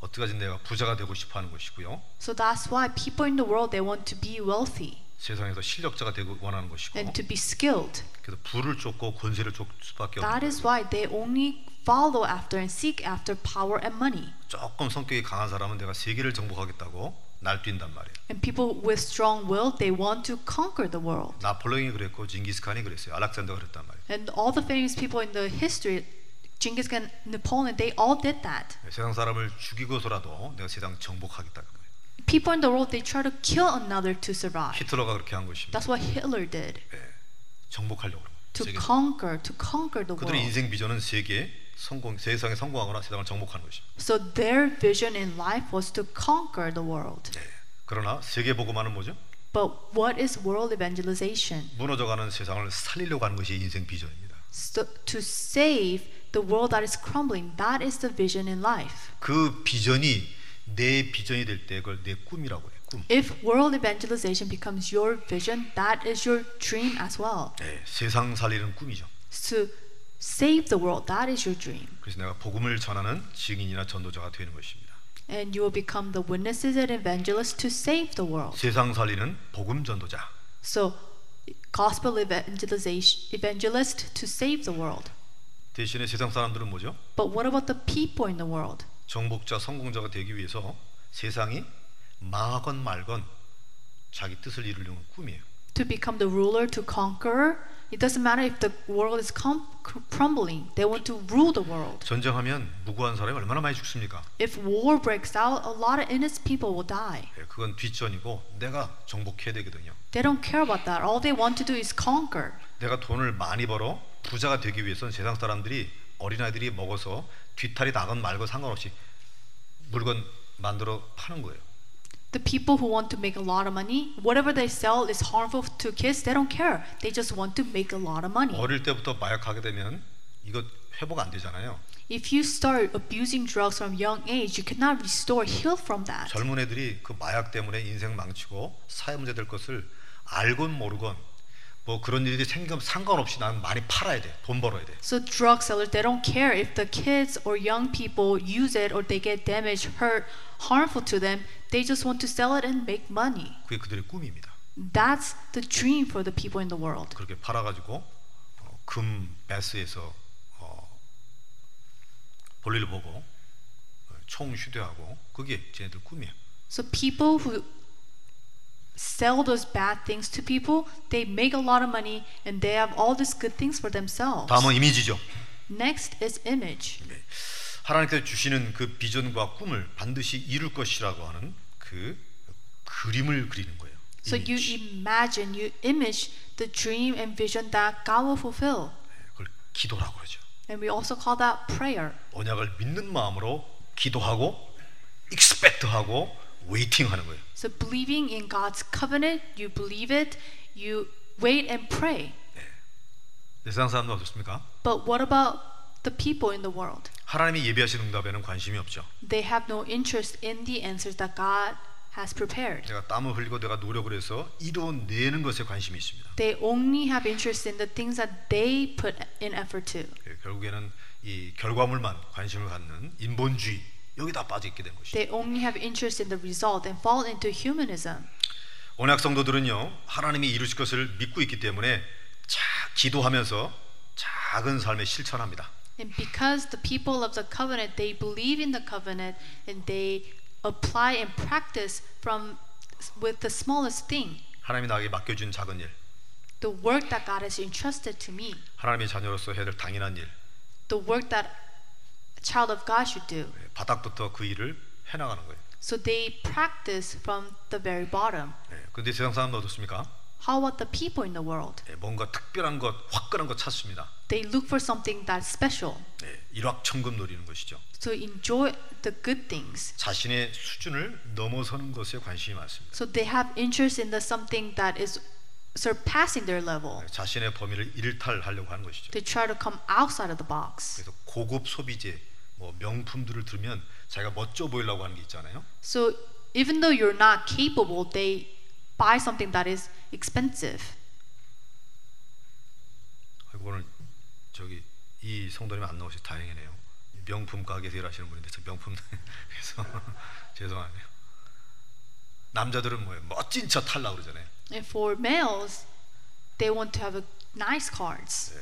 Speaker 1: 어떻게든 내가 부자가 되고 싶어 하는 것이고요.
Speaker 2: So that's why people in the world they want to be wealthy
Speaker 1: 세상에서 실력자가 되고 원하는 것이고
Speaker 2: and to be skilled.
Speaker 1: 그래서 부를 쫓고 권세를 쫓을 수밖에 없는
Speaker 2: That
Speaker 1: 거예요.
Speaker 2: is why they only follow after and seek after power and money.
Speaker 1: 조금 성격이 강한 사람은 내가 세계를 정복하겠다고 날뛴단 말이에요.
Speaker 2: And people with strong will, they want to conquer the world.
Speaker 1: 나폴레옹이 그랬고 징기스칸이 그랬어요. 알렉산더가 그랬단 말이에요.
Speaker 2: And all the famous people in the history, Genghis Khan, Napoleon, they all did that.
Speaker 1: 네, 세상 사람을 죽이고서라도 내가 세상 정복하겠다. 그거예요.
Speaker 2: People in the world, they try to kill another to survive.
Speaker 1: 히틀러가 그렇게 한 것입니다.
Speaker 2: That's what Hitler did
Speaker 1: 예, 정복하려고 그런 거예요.
Speaker 2: to
Speaker 1: 세계.
Speaker 2: conquer, to conquer the
Speaker 1: 그들의
Speaker 2: world.
Speaker 1: 인생 비전은 세계 성공, 세상에 성공하거나 세상을 정복하는 것입니다.
Speaker 2: So their vision in life was to conquer the world.
Speaker 1: 예. 그러나 세계 보고만은 뭐죠?
Speaker 2: But what is world evangelization?
Speaker 1: 무너져가는 세상을 살리려고 하는 것이 인생 비전입니다.
Speaker 2: So to save the world that is crumbling, that is the vision in life.
Speaker 1: 그 비전이 내 비전이 될 때 그걸 내 꿈이라고 해요. 꿈.
Speaker 2: If world evangelization becomes your vision, that is your dream as well.
Speaker 1: 예, 세상 살리는 꿈이죠.
Speaker 2: To save the world, that is your dream.
Speaker 1: 그래서 내가 복음을 전하는 증인이나 전도자가 되는 것입니다.
Speaker 2: And you will become the witnesses and evangelists to save the world.
Speaker 1: 세상 살리는 복음 전도자.
Speaker 2: So, gospel evangelization, evangelist to save the world.
Speaker 1: 대신에 세상 사람들은 뭐죠?
Speaker 2: But what about the people in the world?
Speaker 1: 정복자, 성공자가 되기 위해서 세상이 망하건 말건 자기 뜻을 이루려는 꿈이에요.
Speaker 2: To become the ruler, to conquer, it doesn't matter if the world is com- crumbling, they want to rule the world.
Speaker 1: 전쟁하면 무고한 사람이 얼마나 많이 죽습니까?
Speaker 2: If war breaks out, a lot of innocent people will die.
Speaker 1: 예, 그건 뒷전이고 내가 정복해야 되거든요.
Speaker 2: They don't care about that. All they want to do is conquer.
Speaker 1: 내가 돈을 많이 벌어 부자가 되기 위해선 세상 사람들이 어린아이들이 먹어서 뒤탈이 나건 말건 상관없이 물건 만들어 파는 거예요.
Speaker 2: The people who want to make a lot of money, whatever they sell is harmful to kids, they don't care. They just want to make a lot of money.
Speaker 1: 어릴 때부터 마약하게 되면 이거 회복 안 되잖아요.
Speaker 2: If you start abusing drugs from young age, you cannot restore, heal from that.
Speaker 1: 젊은 애들이 그 마약 때문에 인생 망치고 사회 문제 될 것을 알건 모르건 뭐 그런 일이 생기면 상관없이 나는 많이 팔아야 돼. 돈 벌어야 돼.
Speaker 2: So drug sellers, they don't care if the kids or young people use it or they get damaged, hurt, harmful to them. They just want to sell it and make money.
Speaker 1: 그게 그들의 꿈입니다.
Speaker 2: That's the dream for the people in the world.
Speaker 1: 그렇게 팔아가지고 어, 금 배스에서 어, 볼일 보고 어, 총 휴대하고 그게 쟤네들 꿈이에요.
Speaker 2: So people who sell those bad things to people, they make a lot of money and they have all these good things for themselves.
Speaker 1: 다음은 이미지죠.
Speaker 2: Next is image.
Speaker 1: 네. 하나님께서 주시는 그 비전과 꿈을 반드시 이룰 것이라고 하는 그 그림을 그리는 거예요.
Speaker 2: So you
Speaker 1: 이미지.
Speaker 2: imagine, you image the dream and vision that God will fulfill.
Speaker 1: 네, 그걸 기도라고 그러죠.
Speaker 2: And we also call that prayer.
Speaker 1: 언약을 믿는 마음으로 기도하고 익스펙트하고 웨이팅하는 거예요.
Speaker 2: So believing in God's covenant, you believe it, you wait and pray.
Speaker 1: 네, 세상 사람들 어떻습니까?
Speaker 2: But what about the people in the world?
Speaker 1: 하나님이 예비하신 응답에는 관심이 없죠.
Speaker 2: They have no interest in the answers that God has prepared.
Speaker 1: 내가 땀을 흘리고 내가 노력을 해서 이뤄내는 것에 관심이 있습니다.
Speaker 2: They only have interest in the things that they put in effort to.
Speaker 1: 예, 결국에는 이 결과물만 관심을 갖는 인본주의 여기다 빠져 있게 된 것이죠.
Speaker 2: They only have interest in the result and fall into humanism.
Speaker 1: 언약 성도들은요 하나님이 이루실 것을 믿고 있기 때문에 자, 기도하면서 작은 삶에 실천합니다.
Speaker 2: And because the people of the covenant, they believe in the covenant and they apply and practice from with the smallest thing.
Speaker 1: 하나님이 나에게 맡겨준 작은 일
Speaker 2: the work that God has entrusted to me,
Speaker 1: 하나님의 자녀로서 해야 될 당연한 일
Speaker 2: the work that a child of God should do.
Speaker 1: 예, 바닥부터 그 일을 해나가는 거예요.
Speaker 2: So they practice from the very bottom.
Speaker 1: 예, 그런데 세상 사람은 어떻습니까?
Speaker 2: How about the people in the world?
Speaker 1: 예, 뭔가 특별한 것, 화끈한 것 찾습니다.
Speaker 2: They look for something that's special
Speaker 1: 예, 일확천금 노리는 것이죠.
Speaker 2: to enjoy the good things.
Speaker 1: 자신의 수준을 넘어서는 것에 관심이 많습니다.
Speaker 2: So they have interest in the something that is surpassing their level.
Speaker 1: 예, 자신의 범위를 일탈하려고 하는 것이죠.
Speaker 2: They try to come outside of the box.
Speaker 1: 그래서 고급 소비재, 뭐 명품들을 들으면 자기가 멋져 보이려고 하는 게 있잖아요.
Speaker 2: So even though you're not capable, they buy something that is expensive.
Speaker 1: 아이고, 오늘 저기 이 성도님 안 나오셔서 다행이네요. 명품 가게에서 일하시는 분인데 저 명품 그래서 죄송하네요. 남자들은 뭐예요? 멋진 차 탈라 그러잖아요.
Speaker 2: And for males, they want to have a nice cars.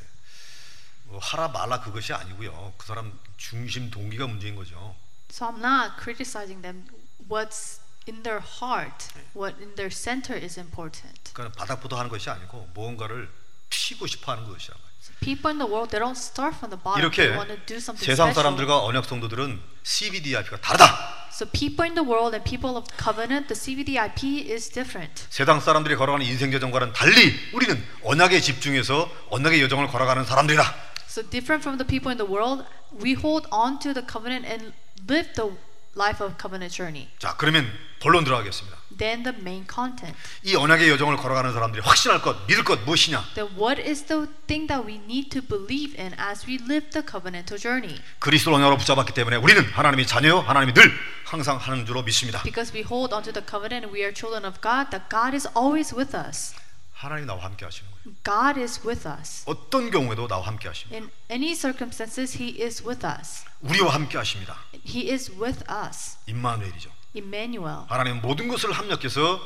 Speaker 1: 뭐 하라 말라 그것이 아니고요. 그 사람 중심 동기가 문제인 거죠.
Speaker 2: So I'm not criticizing them. What's in their heart, what in their center is important.
Speaker 1: 그러니까 바닥부터 하는 것이 아니고 무언가를 피고 싶어하는 것이란 말이에요.
Speaker 2: So people in the world, they don't start from the bottom. They
Speaker 1: 이렇게
Speaker 2: want to do something
Speaker 1: 세상
Speaker 2: special.
Speaker 1: 사람들과 언약 성도들은 CBDIP가 다르다.
Speaker 2: So people in the world and people of covenant, the CVDIP is different.
Speaker 1: 세상 사람들이 걸어가는 인생 여정과는 달리 우리는 언약에 집중해서 언약의 여정을 걸어가는 사람들이다.
Speaker 2: So different from the people in the world, we hold on to the covenant and live the life of covenant journey.
Speaker 1: 자, 그러면 본론 들어가겠습니다.
Speaker 2: Then the main content.
Speaker 1: 이 언약의 여정을 걸어가는 사람들이 확신할 것, 믿을 것 무엇이냐?
Speaker 2: Then what is the thing that we need to believe in as we live the covenantal journey?
Speaker 1: 그리스도 언약으로 붙잡았기 때문에 우리는 하나님의 자녀요, 하나님이 늘 항상 하는 줄로 믿습니다.
Speaker 2: Because we hold onto the covenant and we are children of God, that God is always with us.
Speaker 1: 하나님 이 나와 함께 하시는 거예요.
Speaker 2: God is with us.
Speaker 1: 어떤 경우에도 나와 함께 하십니다.
Speaker 2: In any circumstances, He is with us.
Speaker 1: 우리와 함께 하십니다.
Speaker 2: He is with us.
Speaker 1: 임마누엘이죠.
Speaker 2: Emmanuel.
Speaker 1: 하나님 은 모든 것을 합력해서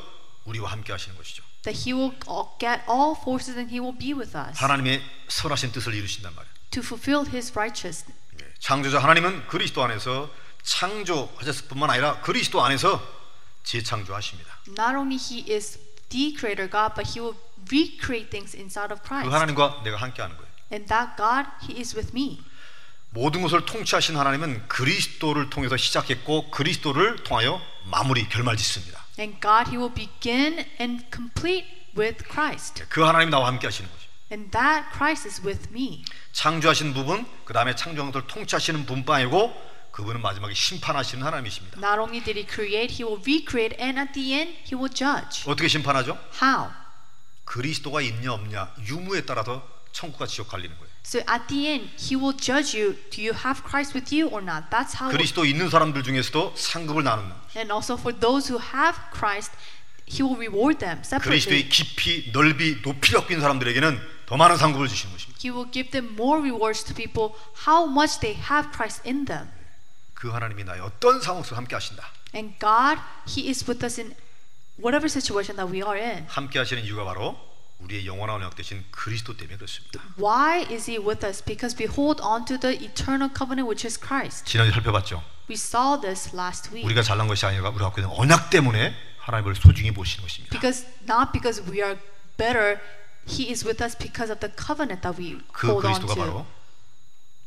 Speaker 1: 우리와 함께 하시는 것이죠.
Speaker 2: that he will get all forces and he will be with us
Speaker 1: 하나님의 선하신 뜻을 이루신단 말이에요.
Speaker 2: to fulfill his righteousness.
Speaker 1: 예, 창조자 하나님은 그리스도 안에서 창조하셨을 뿐만 아니라 그리스도 안에서 재창조하십니다. 그
Speaker 2: Not only he is the creator God, but he will recreate things inside of
Speaker 1: 그
Speaker 2: Christ.
Speaker 1: 하나님과 내가 함께 하는 거예요.
Speaker 2: and that God, he is with me.
Speaker 1: 모든 것을 통치하신 하나님은 그리스도를 통해서 시작했고 그리스도를 통하여 마무리 결말짓습니다.
Speaker 2: And God, he will begin and complete with Christ.
Speaker 1: 그 하나님이 나와 함께 하시는 거죠.
Speaker 2: And that Christ is with me.
Speaker 1: 창조하신 부분, 그 다음에 창조한 것을 통치하시는 분뿐 아니고 그분은 마지막에 심판하시는 하나님이십니다.
Speaker 2: Not only did he create, he will recreate, and at the end, he will judge.
Speaker 1: 어떻게 심판하죠?
Speaker 2: How?
Speaker 1: 그리스도가 있냐 없냐 유무에 따라서 천국과 지옥 갈리는 거예요.
Speaker 2: So at the end, he will judge you. Do you have Christ with you or not? That's how
Speaker 1: 그리스도 있는 사람들 중에서도 상급을 나누는 거예요.
Speaker 2: And also for those who have Christ, He will reward them
Speaker 1: 그리스도의
Speaker 2: separately.
Speaker 1: 깊이 넓이 높이 엮인 사람들에게는 더 많은 상급을 주시는 것입니다.
Speaker 2: He will give them more rewards to people how much they have Christ in them.
Speaker 1: 그 하나님이 나의 어떤 상황 속에 함께 하신다.
Speaker 2: And God, He is with us in whatever situation that we are in.
Speaker 1: 함께 하시는 이유가 바로 우리의 영원한 언약 대신 그리스도 때문에 그렇습니다.
Speaker 2: Why is He with us? Because we hold on to the eternal covenant, which is Christ.
Speaker 1: 지난주 살펴봤죠.
Speaker 2: We saw this last week.
Speaker 1: 우리가 잘난 것이 아니라 우리가 갖고 있는 언약 때문에 하나님을 소중히 보시는 것입니다.
Speaker 2: Because not because we are better, He is with us because of the covenant that we
Speaker 1: 그
Speaker 2: hold on
Speaker 1: 그리스도가
Speaker 2: to.
Speaker 1: 바로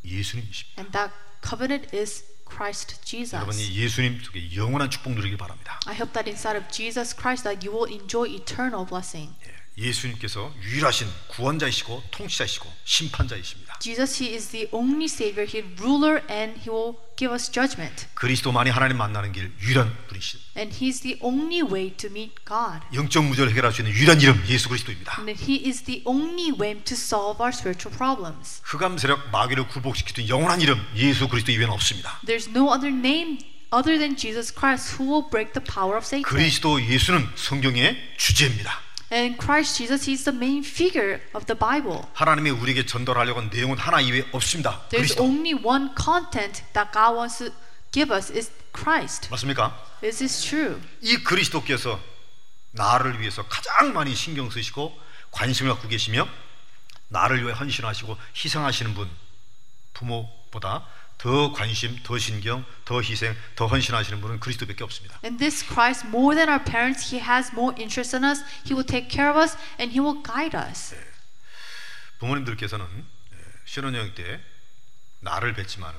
Speaker 1: 예수님이십니다.
Speaker 2: And that covenant is Christ Jesus.
Speaker 1: 여러분이 예수님 속에 영원한 축복 누리길 바랍니다.
Speaker 2: I hope that inside of Jesus Christ that you will enjoy eternal blessing.
Speaker 1: 예, 예수님께서 유일하신 구원자이시고 통치자이시고 심판자이십니다.
Speaker 2: Jesus, He is the only Savior, He is ruler, and He will give us judgment.
Speaker 1: 그리스도만이 하나님 만나는 길 유일한 분이신
Speaker 2: And He is the only way to meet God.
Speaker 1: 영적 문제를 해결할 수 있는 유일한 이름 예수 그리스도입니다.
Speaker 2: And that He is the only way to solve our spiritual problems.
Speaker 1: 흑암 세력 마귀를 굴복시키는 영원한 이름 예수 그리스도 이외는 없습니다.
Speaker 2: There's no other name other than Jesus Christ who will break the power of Satan.
Speaker 1: 그리스도 예수는 성경의 주제입니다.
Speaker 2: And Christ Jesus, He is the main figure of the Bible.
Speaker 1: 하나님이 우리에게 전달하려고 하는 내용은 하나 이외 없습니다.
Speaker 2: There's
Speaker 1: 그리스도
Speaker 2: only one content that God wants to give us is Christ.
Speaker 1: 맞습니까?
Speaker 2: This is true.
Speaker 1: 이 그리스도께서 나를 위해서 가장 많이 신경 쓰시고 관심을 갖고 계시며 나를 위해 헌신하시고 희생하시는 분 부모보다 더 관심, 더 신경, 더 희생, 더 헌신하시는 분은 그리스도밖에 없습니다.
Speaker 2: And this Christ, more than our parents, He has more interest in us. He will take care of us and He will guide us.
Speaker 1: 부모님들께서는 예, 신혼여행 때 나를 뵀지만은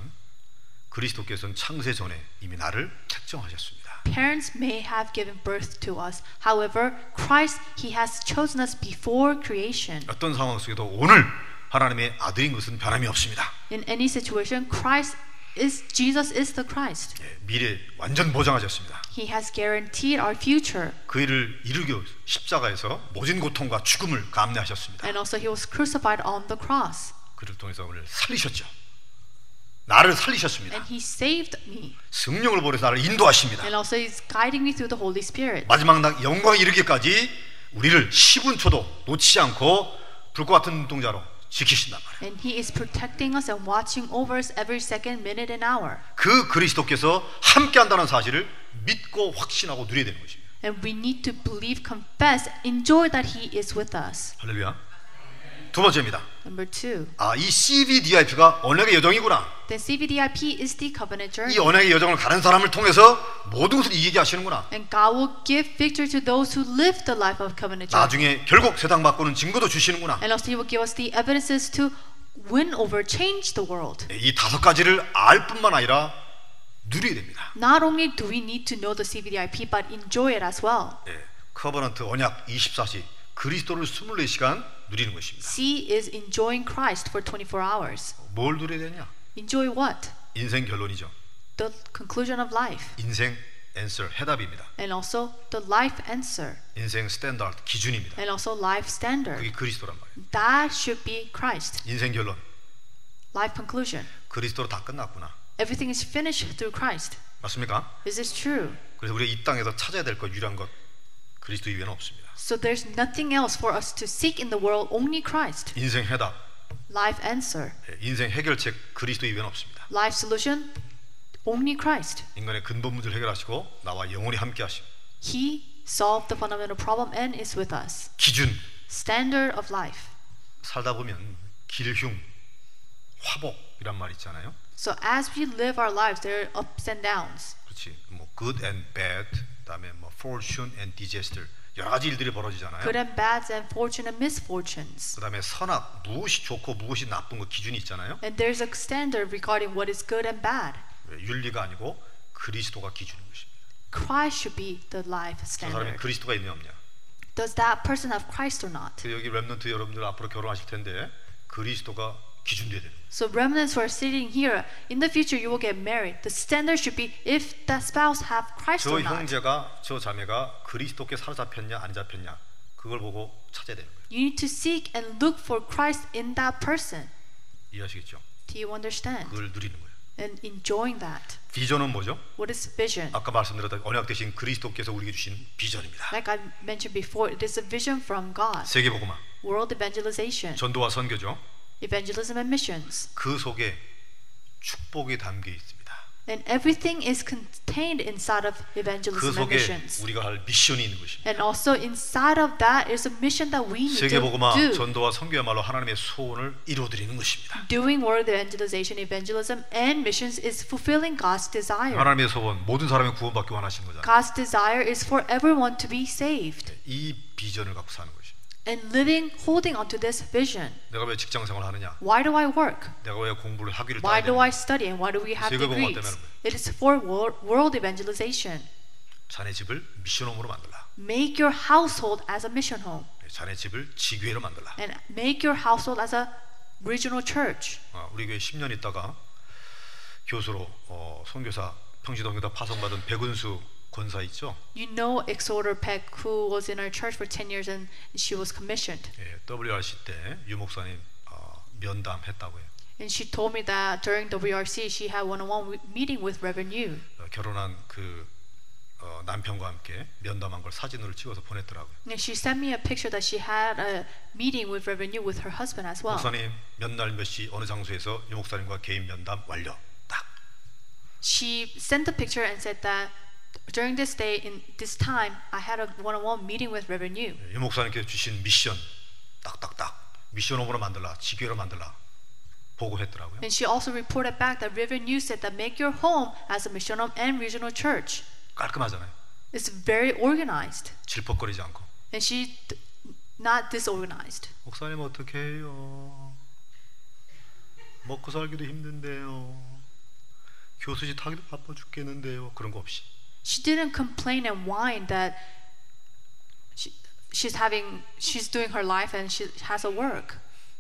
Speaker 1: 그리스도께서는 창세 전에 이미 나를 책정하셨습니다.
Speaker 2: Parents may have given birth to us. However, Christ, He has chosen us before creation.
Speaker 1: 어떤 상황 속에도 오늘 하나님의 아들인 것은 변함이 없습니다.
Speaker 2: In any situation, Christ is Jesus is the Christ.
Speaker 1: 예, 미래 완전 보장하셨습니다.
Speaker 2: He has guaranteed our future.
Speaker 1: 그 일을 이루기 위해 십자가에서 모진 고통과 죽음을 감내하셨습니다.
Speaker 2: And also, He was crucified on the cross.
Speaker 1: 그를 통해서 오늘 살리셨죠. 나를 살리셨습니다.
Speaker 2: And He saved me.
Speaker 1: 성령을 보내서 나를 인도하십니다.
Speaker 2: And also, He's guiding me through the Holy Spirit.
Speaker 1: 마지막 날 영광에 이르기까지 우리를 10분초도 놓치지 않고 불꽃 같은 눈동자로 지키신단 말이에요.
Speaker 2: And He is protecting us and watching over us every second, minute, and hour.
Speaker 1: 그 그리스도께서 함께 한다는 사실을 믿고 확신하고 누려야 되는 것입니다.
Speaker 2: And we need to believe, confess, enjoy that He is with us.
Speaker 1: 할렐루야. 두 번째입니다.
Speaker 2: Number two,
Speaker 1: 아, 이 CVDIP가 언약의 여정이구나.
Speaker 2: the CVDIP is the covenant journey.
Speaker 1: 이 언약의 여정을 가는 사람을 통해서 모든 것을 이기게 하시는구나.
Speaker 2: And God will give victory to those who live the life of covenant journey.
Speaker 1: 나중에 결국 세상 바꾸는 증거도 주시는구나.
Speaker 2: And also, He will give us the evidences to win over, change the world.
Speaker 1: 네, 이 다섯 가지를 알 뿐만 아니라 누려야 됩니다.
Speaker 2: Not only do we need to know the CVDIP, but enjoy it as well.
Speaker 1: 예, 커버넌트 언약 24시 그리스도를 24시간 누리는 것입니다.
Speaker 2: C is enjoying Christ for 24 hours.
Speaker 1: 뭘 누려야 되냐?
Speaker 2: Enjoy what?
Speaker 1: 인생 결론이죠.
Speaker 2: The conclusion of life.
Speaker 1: 인생 answer 해답입니다.
Speaker 2: And also the life answer.
Speaker 1: 인생 스탠다드 기준입니다.
Speaker 2: And also life standard.
Speaker 1: 그게 그리스도란 말이에요.
Speaker 2: That should be Christ.
Speaker 1: 인생 결론
Speaker 2: Life conclusion.
Speaker 1: 그리스도로 다 끝났구나.
Speaker 2: Everything is finished through Christ.
Speaker 1: 맞습니까?
Speaker 2: Is this true?
Speaker 1: 그래서 우리가 이 땅에서 찾아야 될 것 유일한 것 그리스도 이외에는 없습니다.
Speaker 2: So there's nothing else for us to seek in the world, only Christ.
Speaker 1: 인생 해답,
Speaker 2: Life answer.
Speaker 1: 예, 인생 해결책 그리스도 이외에는 없습니다.
Speaker 2: Life solution, only Christ.
Speaker 1: 인간의 근본 문제를 해결하시고 나와 영원히 함께 하심.
Speaker 2: He solved the fundamental problem and is with us.
Speaker 1: 기준
Speaker 2: Standard of life.
Speaker 1: 살다 보면 길흉, 화복이란 말 있잖아요.
Speaker 2: So as we live our lives, there are ups and downs.
Speaker 1: 그렇지. 뭐 good and bad, 그다음에 뭐 fortune and disaster 여러 가지 일들이 벌어지잖아요.
Speaker 2: Good and bads and fortune and misfortunes.
Speaker 1: 그다음에 선악 무엇이 좋고 무엇이 나쁜 거 기준이 있잖아요.
Speaker 2: And there's a standard regarding what is good and bad.
Speaker 1: 왜? 예, 윤리가 아니고 그리스도가 기준인 것입니다.
Speaker 2: Christ should be the life
Speaker 1: 저 사람이
Speaker 2: standard.
Speaker 1: 그리스도가 있냐 없냐.
Speaker 2: Does that person have Christ or not?
Speaker 1: 그래서 여기 렘넌트 여러분들 앞으로 결혼하실 텐데 그리스도가 기준돼야 되는 거예요.
Speaker 2: So remnants who are sitting here, in the future you will get married. The standard should be if that spouse have Christ
Speaker 1: 저
Speaker 2: or not.
Speaker 1: 형제가 저 자매가 그리스도께 사로잡혔냐 안 잡혔냐 그걸 보고 찾아야 되는 거예요.
Speaker 2: You need to seek and look for Christ in that person.
Speaker 1: 이해하시겠죠?
Speaker 2: Do you understand?
Speaker 1: 그걸 누리는 거예요.
Speaker 2: And enjoying that.
Speaker 1: 비전은 뭐죠?
Speaker 2: What is vision?
Speaker 1: 아까 말씀드렸던 언약 대신 그리스도께서 우리에게 주신 비전입니다.
Speaker 2: Like I mentioned before, it is a vision from God.
Speaker 1: 세계 복음화,
Speaker 2: World evangelization,
Speaker 1: 전도와 선교죠.
Speaker 2: evangelism and missions.
Speaker 1: 그 속에 축복이 담겨 있습니다.
Speaker 2: And everything is contained inside of
Speaker 1: 그
Speaker 2: evangelism and
Speaker 1: 속에
Speaker 2: missions.
Speaker 1: 우리가 할 미션이 있는 것입니다.
Speaker 2: And also inside of that is a mission that we need
Speaker 1: 세계 복음화,
Speaker 2: to do.
Speaker 1: 전도와 선교야말로 하나님의 소원을 이루어드리는 것입니다.
Speaker 2: Doing world evangelization, evangelism, and missions is fulfilling God's desire.
Speaker 1: 하나님의 소원, 모든 사람의 구원받기 원하시는 거잖아요.
Speaker 2: God's desire is for everyone to be saved
Speaker 1: 이 비전을 갖고 사는 것입니다.
Speaker 2: and living, holding onto this vision.
Speaker 1: 내가 왜 직장 생활을 하느냐?
Speaker 2: Why do I work?
Speaker 1: 내가 왜 공부를 학위를
Speaker 2: Why
Speaker 1: 따야
Speaker 2: do
Speaker 1: 되냐?
Speaker 2: I study? And why do we have
Speaker 1: 세계 복음화
Speaker 2: degrees?
Speaker 1: 때문에 그런
Speaker 2: It is for wor- world evangelization.
Speaker 1: 자네 집을 미션홈으로 만들라.
Speaker 2: Make your household as a mission home.
Speaker 1: 자네 집을 지교회로 만들라.
Speaker 2: and make your household as a regional church.
Speaker 1: 어, 우리 교회 10년 있다가 교수로 어, 선교사 평시도교다 파송받은 백은수 권사 있죠?
Speaker 2: You know Exhorter Peck, who was in our church for 10 years and she was commissioned.
Speaker 1: 예, WRC 때 유목사님 어, 면담했다고 해요.
Speaker 2: And she told me that during the WRC, she had one on one meeting with Reverend Yu.
Speaker 1: 어, 결혼한 그 어, 남편과 함께 면담한 걸 사진으로 찍어서 보냈더라고요.
Speaker 2: And she sent me a picture that she had a meeting with Reverend Yu with her husband as well.
Speaker 1: 목사님 몇 날 몇 시 어느 장소에서 유 목사님과 개인 면담 완료. 딱.
Speaker 2: She sent the picture and said that during this day, in this time, I had a one on one meeting with Reverend Yu.
Speaker 1: 유 목사님께서 주신 미션 딱딱딱. 미션홈으로 만들라. 지교로 만들라. 보고했더라고요.
Speaker 2: And she also reported back that River News said that make your home as a missional and regional church.
Speaker 1: 깔끔하잖아요.
Speaker 2: It's very organized,
Speaker 1: 질퍽거리지 않고
Speaker 2: and she d- not disorganized.
Speaker 1: 목사님 어떻게 해요? 먹고 살기도 힘든데요. 교수직 하기도 바빠 죽겠는데요. 그런 거 없이
Speaker 2: She didn't complain and whine that she, she's having she's doing her life and she has a work.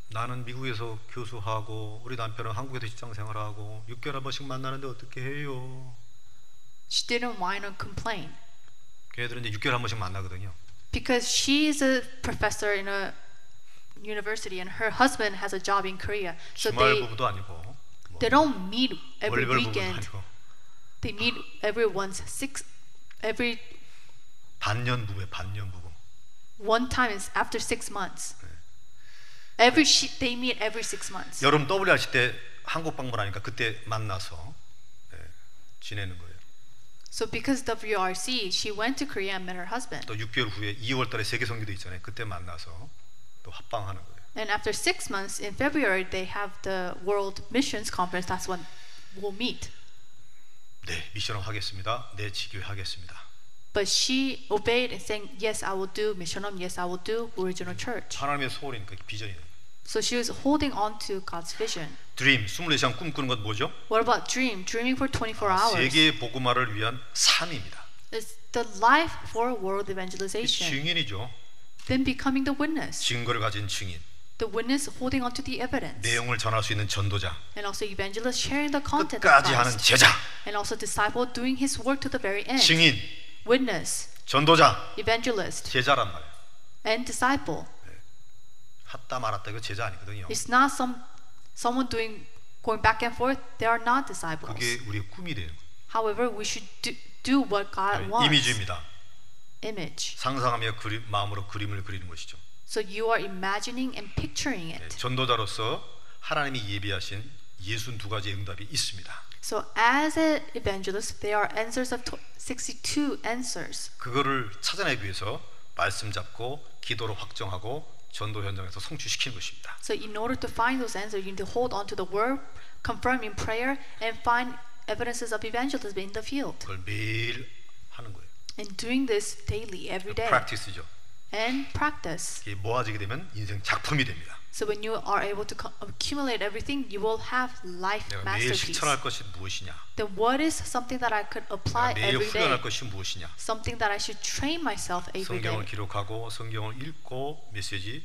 Speaker 1: 나는 미국에서 교수하고 우리 남편은 한국에서 직장 생활하고 6개월 한 번씩 만나는데 어떻게 해요?
Speaker 2: She didn't whine or complain
Speaker 1: 걔들은 이제 6개월 한 번씩 만나거든요.
Speaker 2: because she is a professor in a university and her husband has a job in Korea. So
Speaker 1: 주말
Speaker 2: they
Speaker 1: 부부도 아니고 뭐
Speaker 2: they don't meet every
Speaker 1: 월별 부부도
Speaker 2: weekend.
Speaker 1: 아니고
Speaker 2: They meet every once six every
Speaker 1: 반년 부부예 반년 부부.
Speaker 2: one time is after six months. Every she, they meet every six months.
Speaker 1: 여름 WR 시때 한국 방문하니까 그때 만나서 예, 지내는 거예요.
Speaker 2: So because WRC, she went to Korea and met her husband.
Speaker 1: 또 6개월 후에 2월달에 세계 선교도 있잖아요. 그때 만나서 또 합방하는 거예요.
Speaker 2: And after six months in February, they have the World Missions Conference. That's when we'll meet.
Speaker 1: 네, 미션을 하겠습니다. 네, 지교 하겠습니다.
Speaker 2: But she obeyed and saying, "Yes, I will do missionum. Yes, I will do original church."
Speaker 1: 하나님의 소원이니까 비전이에요.
Speaker 2: So she was holding on to God's vision.
Speaker 1: 드림 24시간 꿈꾸는 건 뭐죠?
Speaker 2: What about dream? Dreaming for 24
Speaker 1: Ah,
Speaker 2: hours.
Speaker 1: 세계 복음화를 위한 삶입니다.
Speaker 2: It's the life for world
Speaker 1: 이
Speaker 2: evangelization.
Speaker 1: 증인이죠.
Speaker 2: Then becoming the witness.
Speaker 1: 증거를 가진 증인.
Speaker 2: The witness holding on to the evidence.
Speaker 1: 내용을 전할 수 있는 전도자.
Speaker 2: And also evangelist sharing the content of
Speaker 1: 끝까지 하는
Speaker 2: Christ.
Speaker 1: 제자.
Speaker 2: And also disciple doing his work to the very end.
Speaker 1: 증인,
Speaker 2: Witness,
Speaker 1: 전도자,
Speaker 2: evangelist,
Speaker 1: 제자란 말이에요.
Speaker 2: and disciple.
Speaker 1: 했다 말았다 이거 제자 아니거든요.
Speaker 2: It's not some someone doing going back and forth. They are not disciples.
Speaker 1: 그게 우리의 꿈이래요.
Speaker 2: However, we should do, do what God wants.
Speaker 1: 이미지입니다.
Speaker 2: Image.
Speaker 1: 상상하며 그림, 마음으로 그림을 그리는 것이죠.
Speaker 2: So you are imagining and picturing
Speaker 1: 네,
Speaker 2: it.
Speaker 1: 전도자로서 하나님이 예비하신 예순 두 가지 응답이 있습니다.
Speaker 2: So as an evangelist, there are answers of tw- 62 answers.
Speaker 1: 그거를 찾아내기 위해서 말씀 잡고 기도로 확정하고 전도 현장에서 성취시키는 것입니다.
Speaker 2: So in order to find those answers, you need to hold on to the word, confirm in prayer, and find evidences of evangelism in the field.
Speaker 1: 그걸 매일 하는 거예요.
Speaker 2: And doing this daily, every day,
Speaker 1: 프랙티스죠.
Speaker 2: and practice.
Speaker 1: 이게 모아지게 되면 인생 작품이 됩니다.
Speaker 2: So when you are able to co- accumulate everything, you will have life
Speaker 1: 내가 매일
Speaker 2: masterpiece.
Speaker 1: 실천할 것이 무엇이냐?
Speaker 2: Then what is something that I could
Speaker 1: 내가
Speaker 2: apply
Speaker 1: 매일
Speaker 2: every day?
Speaker 1: 훈련할 것이 무엇이냐?
Speaker 2: Something that I should train myself every day.
Speaker 1: 성경을 기록하고 성경을 읽고 메시지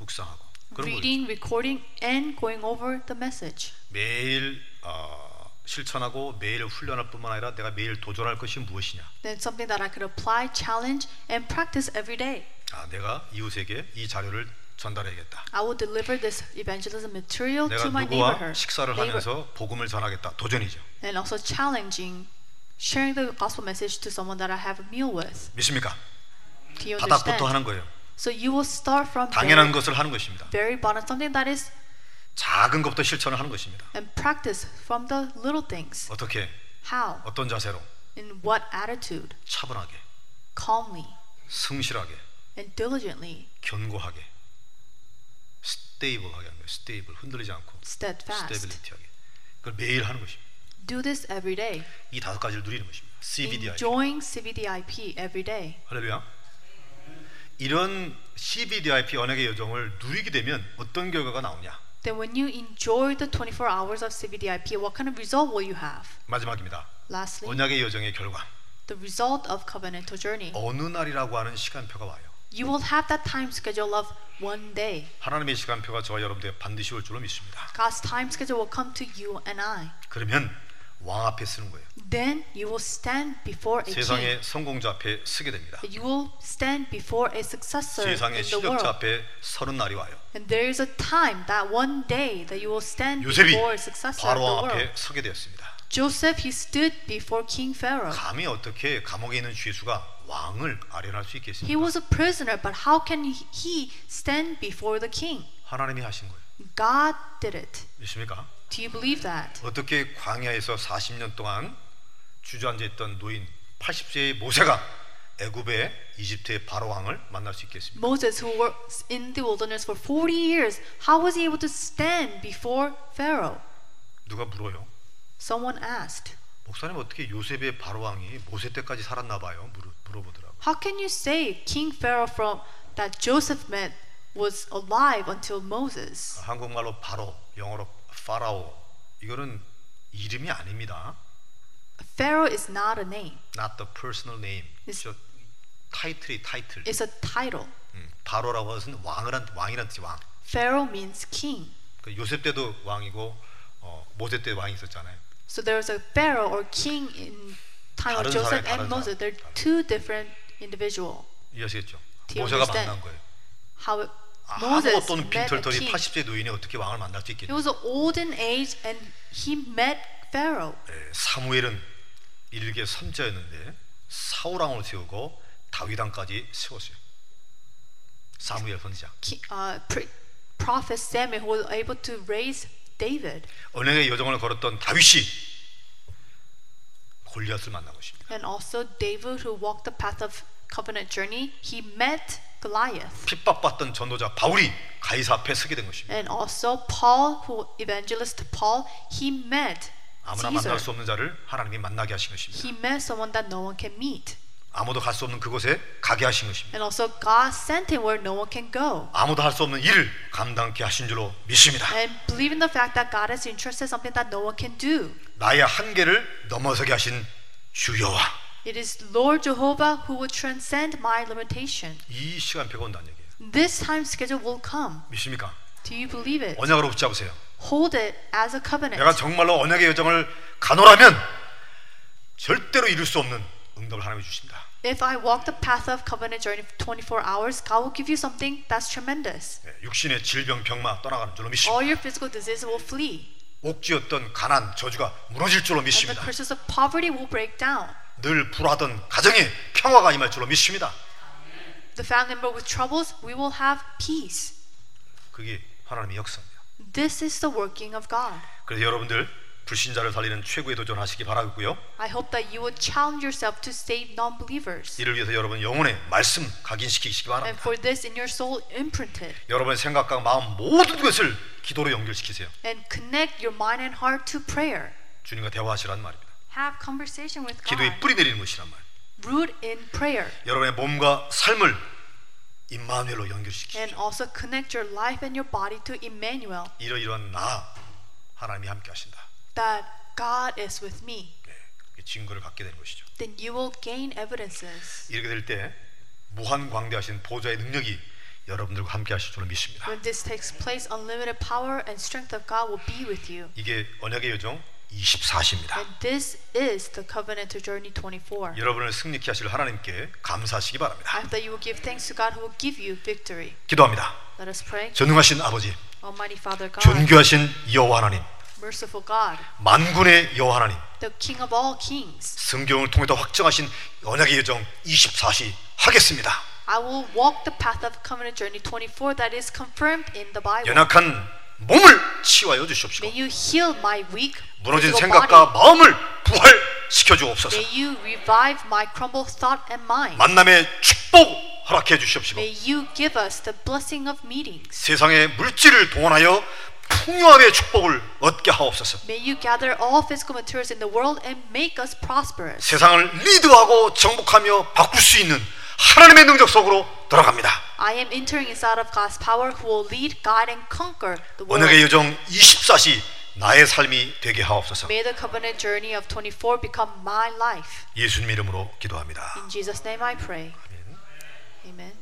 Speaker 1: 묵상하고 그런 거죠.
Speaker 2: Reading, recording, and going over the message.
Speaker 1: 매일 어, 실천하고 매일 훈련할 뿐만 아니라 내가 매일 도전할 것이 무엇이냐?
Speaker 2: Then something that I could apply, challenge, and practice every day.
Speaker 1: 아, 내가 이웃에게 이 자료를 전달해야겠다.
Speaker 2: I will deliver this evangelism material
Speaker 1: 내가
Speaker 2: to my
Speaker 1: 누구와
Speaker 2: neighborhood.
Speaker 1: 식사를
Speaker 2: neighbor.
Speaker 1: 하면서 복음을 전하겠다. 도전이죠.
Speaker 2: And also challenging, sharing the gospel message to someone that I have a meal with.
Speaker 1: 믿습니까?
Speaker 2: Do you
Speaker 1: 바닥부터
Speaker 2: understand? 네.
Speaker 1: 하는 거예요.
Speaker 2: So you will start from
Speaker 1: 당연한
Speaker 2: very,
Speaker 1: 것을 하는 것입니다.
Speaker 2: very bottom, something that is,
Speaker 1: 작은 것부터 실천을 하는 것입니다.
Speaker 2: and practice from the little things.
Speaker 1: 어떻게?
Speaker 2: How?
Speaker 1: 어떤 자세로?
Speaker 2: In what attitude?
Speaker 1: 차분하게,
Speaker 2: Calmly
Speaker 1: 성실하게,
Speaker 2: and diligently,
Speaker 1: 견고하게, 스테이블하게 하는 거예요. 스테이블 흔들리지 않고
Speaker 2: steadfast.
Speaker 1: 스테빌리티하게. 그걸 매일 하는 것입니다.
Speaker 2: Do this every day.
Speaker 1: 이 다섯 가지를 누리는 것입니다. CBDI.
Speaker 2: Enjoying CVDIP every day.
Speaker 1: 할렐루야. 이런 CBDIP 언약의 여정을 누리게 되면 어떤 결과가 나오냐?
Speaker 2: Then, when you enjoy the 24 hours of CVDIP, what kind of result will you have?
Speaker 1: 마지막입니다.
Speaker 2: Lastly,
Speaker 1: 언약의 여정의 결과.
Speaker 2: the result of covenantal journey.
Speaker 1: 어느 날이라고 하는 시간표가 와요.
Speaker 2: You will have that time schedule of one day.
Speaker 1: 하나님의 시간표가 저와 여러분들에게 반드시 올 줄로 믿습니다.
Speaker 2: God's time schedule will come to you and I.
Speaker 1: 그러면 왕 앞에 쓰는 거예요.
Speaker 2: Then you will stand before a king.
Speaker 1: 세상의 성공자 앞에 쓰게 됩니다.
Speaker 2: You will stand before a successor 네, in
Speaker 1: 세상의
Speaker 2: the
Speaker 1: 실력자
Speaker 2: world.
Speaker 1: 앞에 서른 날이 와요.
Speaker 2: And there is a time that one day that you will stand
Speaker 1: 요셉이
Speaker 2: before a successor of the
Speaker 1: 바로
Speaker 2: world.
Speaker 1: 앞에 서게 되었습니다.
Speaker 2: Joseph, he stood before King Pharaoh.
Speaker 1: 감히 어떻게 감옥에 있는 죄수가 왕을 아련할 수
Speaker 2: He
Speaker 1: 있겠습니까?
Speaker 2: was a prisoner, but how can he stand before the king?
Speaker 1: 하나님이 하신 거예요.
Speaker 2: God did it.
Speaker 1: 믿습니까?
Speaker 2: Do you believe that?
Speaker 1: 어떻게 광야에서 40년 동안 주저앉아 있던 노인 80세의 모세가 애굽의 이집트의 바로 왕을 만날 수 있겠습니까?
Speaker 2: Moses, who was in the wilderness for 40 years, how was he able to stand before Pharaoh?
Speaker 1: 누가 물어요?
Speaker 2: Someone asked,
Speaker 1: 목사님 어떻게 요셉의 바로 왕이 모세 때까지 살았나 봐요. 물어, 물어보더라고요.
Speaker 2: How can you say King Pharaoh from that Joseph met was alive until Moses?
Speaker 1: 한국말로 바로, 영어로 파라오. 이거는 이름이 아닙니다.
Speaker 2: Pharaoh is not a name,
Speaker 1: Not the personal name.
Speaker 2: It's-
Speaker 1: 저 타이틀이 타이틀.
Speaker 2: it's a title.
Speaker 1: 음, 바로라고 하는 왕을 한 왕이란 뜻이 왕.
Speaker 2: Pharaoh means king.
Speaker 1: 그 요셉 때도 왕이고 어, 모세 때 왕이 있었잖아요.
Speaker 2: So there's a Pharaoh or king in time
Speaker 1: 다른 사람이
Speaker 2: of Joseph
Speaker 1: 다른
Speaker 2: and
Speaker 1: 사람.
Speaker 2: Moses. They're two different individual.
Speaker 1: 이해하시겠죠?
Speaker 2: Do you
Speaker 1: 모세가
Speaker 2: understand?
Speaker 1: 만난 거예요.
Speaker 2: How Moses
Speaker 1: 아무것도 없는
Speaker 2: met a
Speaker 1: 빈털터리
Speaker 2: king.
Speaker 1: 80세 노인이 어떻게 왕을 만날 수
Speaker 2: He
Speaker 1: 있겠냐?
Speaker 2: was old in age and he met Pharaoh.
Speaker 1: 예, 사무엘은 일개 선자였는데 사울 왕을 세우고 다윗 왕까지 세웠어요. 사무엘 선자.
Speaker 2: Ki- uh, pre- prophet Samuel who was able to raise David
Speaker 1: 언약의 여정을 걸었던 다윗이 골리앗을 만난 것입니다.
Speaker 2: and also David who walked the path of covenant journey he met Goliath
Speaker 1: 핍박받던 전도자 바울이 가이사 앞에 서게 된 것입니다.
Speaker 2: and also Paul who evangelist Paul he met
Speaker 1: 아무나 만날 수
Speaker 2: Caesar
Speaker 1: 없는 자를 하나님이 만나게 하신 것입니다.
Speaker 2: he met someone that no one can meet
Speaker 1: 아무도 갈 수 없는 그곳에 가게 하신 것입니다.
Speaker 2: and also God sent him where no one can go
Speaker 1: 아무도 할 수 없는 일을 감당케 하신 줄로 믿습니다.
Speaker 2: and believe in the fact that God is interested in something that no one can do
Speaker 1: 나의 한계를 넘어서게 하신 주여와
Speaker 2: it is Lord Jehovah who will transcend my limitation
Speaker 1: 이 시간표가 온다는 얘기예요.
Speaker 2: this time schedule will come
Speaker 1: 믿습니까?
Speaker 2: do you believe it
Speaker 1: 언약으로 붙잡으세요.
Speaker 2: hold it as a covenant.
Speaker 1: 내가 정말로 언약의 여정을 가노라면 절대로 이룰 수 없는 응답을 하나님이 주십니다.
Speaker 2: If I walk the path of covenant journey for 24 hours, God will give you something that's tremendous.
Speaker 1: 예, 육신의 질병 병마 떠나가는 줄로 믿습니다.
Speaker 2: All your physical diseases will flee,
Speaker 1: 옥지였던 가난 저주가 무너질 줄로
Speaker 2: and the
Speaker 1: 믿습니다.
Speaker 2: curses of poverty will break down.
Speaker 1: 늘 불화하던 가정에 평화가 임할 줄로 믿습니다.
Speaker 2: The family member with troubles, we will have peace.
Speaker 1: 그게 하나님의 역사입니다.
Speaker 2: This is the working of God.
Speaker 1: 그래서 여러분들 불신자를 살리는 최고의 도전하시기 바라겠고요.
Speaker 2: I hope that you will challenge yourself to save non believers.
Speaker 1: 이를 위해서 여러분 영혼의 말씀 각인시키시기
Speaker 2: And
Speaker 1: 바랍니다.
Speaker 2: for this, in your soul, imprinted.
Speaker 1: 여러분의 생각과 마음 모든 것을 기도로 연결시키세요.
Speaker 2: And connect your mind and heart to prayer.
Speaker 1: 주님과 대화하시란 말입니다.
Speaker 2: Have conversation with God.
Speaker 1: 기도의 뿌리 내리는 것이란 말.
Speaker 2: Root in prayer.
Speaker 1: 여러분의 몸과 삶을 임마누엘로 연결시키시오.
Speaker 2: and also connect your life and your body to Emmanuel,
Speaker 1: 이러이러한 나 하나님이 함께 하신다.
Speaker 2: that God is with me,
Speaker 1: 네, 그 증거를 갖게 되는 것이죠.
Speaker 2: then you will gain evidences.
Speaker 1: 이렇게 될 때 무한 광대하신 보좌의 능력이 여러분들과 함께 하실 줄로 믿습니다.
Speaker 2: When this takes place, unlimited power and strength of God will be with you.
Speaker 1: 이게 언약의 요정 24시입니다.
Speaker 2: And this is the covenant to journey 24.
Speaker 1: 여러분을 승리케 하실 하나님께 감사하시기 바랍니다.
Speaker 2: I hope that you will give thanks to God who will give you victory.
Speaker 1: 기도합니다.
Speaker 2: Let us pray.
Speaker 1: 전능하신 아버지,
Speaker 2: Almighty Father God,
Speaker 1: 존귀하신 여호와 하나님,
Speaker 2: merciful God,
Speaker 1: 만군의 여호와 하나님,
Speaker 2: the King of all kings,
Speaker 1: 성경을 통해서 확정하신 언약의 요정 24시 하겠습니다.
Speaker 2: I will walk the path of covenant journey 24 that is confirmed in the Bible.
Speaker 1: 연약한 몸을 치유하여
Speaker 2: May
Speaker 1: 주시옵시고
Speaker 2: you heal my weak,
Speaker 1: 무너진
Speaker 2: physical
Speaker 1: 생각과
Speaker 2: body.
Speaker 1: 마음을 부활시켜 주옵소서
Speaker 2: May you revive my crumbled thought and mind.
Speaker 1: 만남의 축복 허락해 주시옵시고
Speaker 2: May you give us the blessing of meetings.
Speaker 1: 세상의 물질을 동원하여 풍요함의 축복을 얻게 하옵소서
Speaker 2: May you gather all physical materials in the world and make us prosperous.
Speaker 1: 세상을 리드하고 정복하며 바꿀 수 있는 하나님의 능력 속으로 들어갑니다
Speaker 2: I am entering inside of God's power who will lead, guide, and conquer the world.
Speaker 1: 언약의 여정 24시 나의 삶이 되게 하옵소서
Speaker 2: May the covenant journey of 24 become my life.
Speaker 1: 예수님 이름으로 기도합니다
Speaker 2: In Jesus' name I pray. Amen.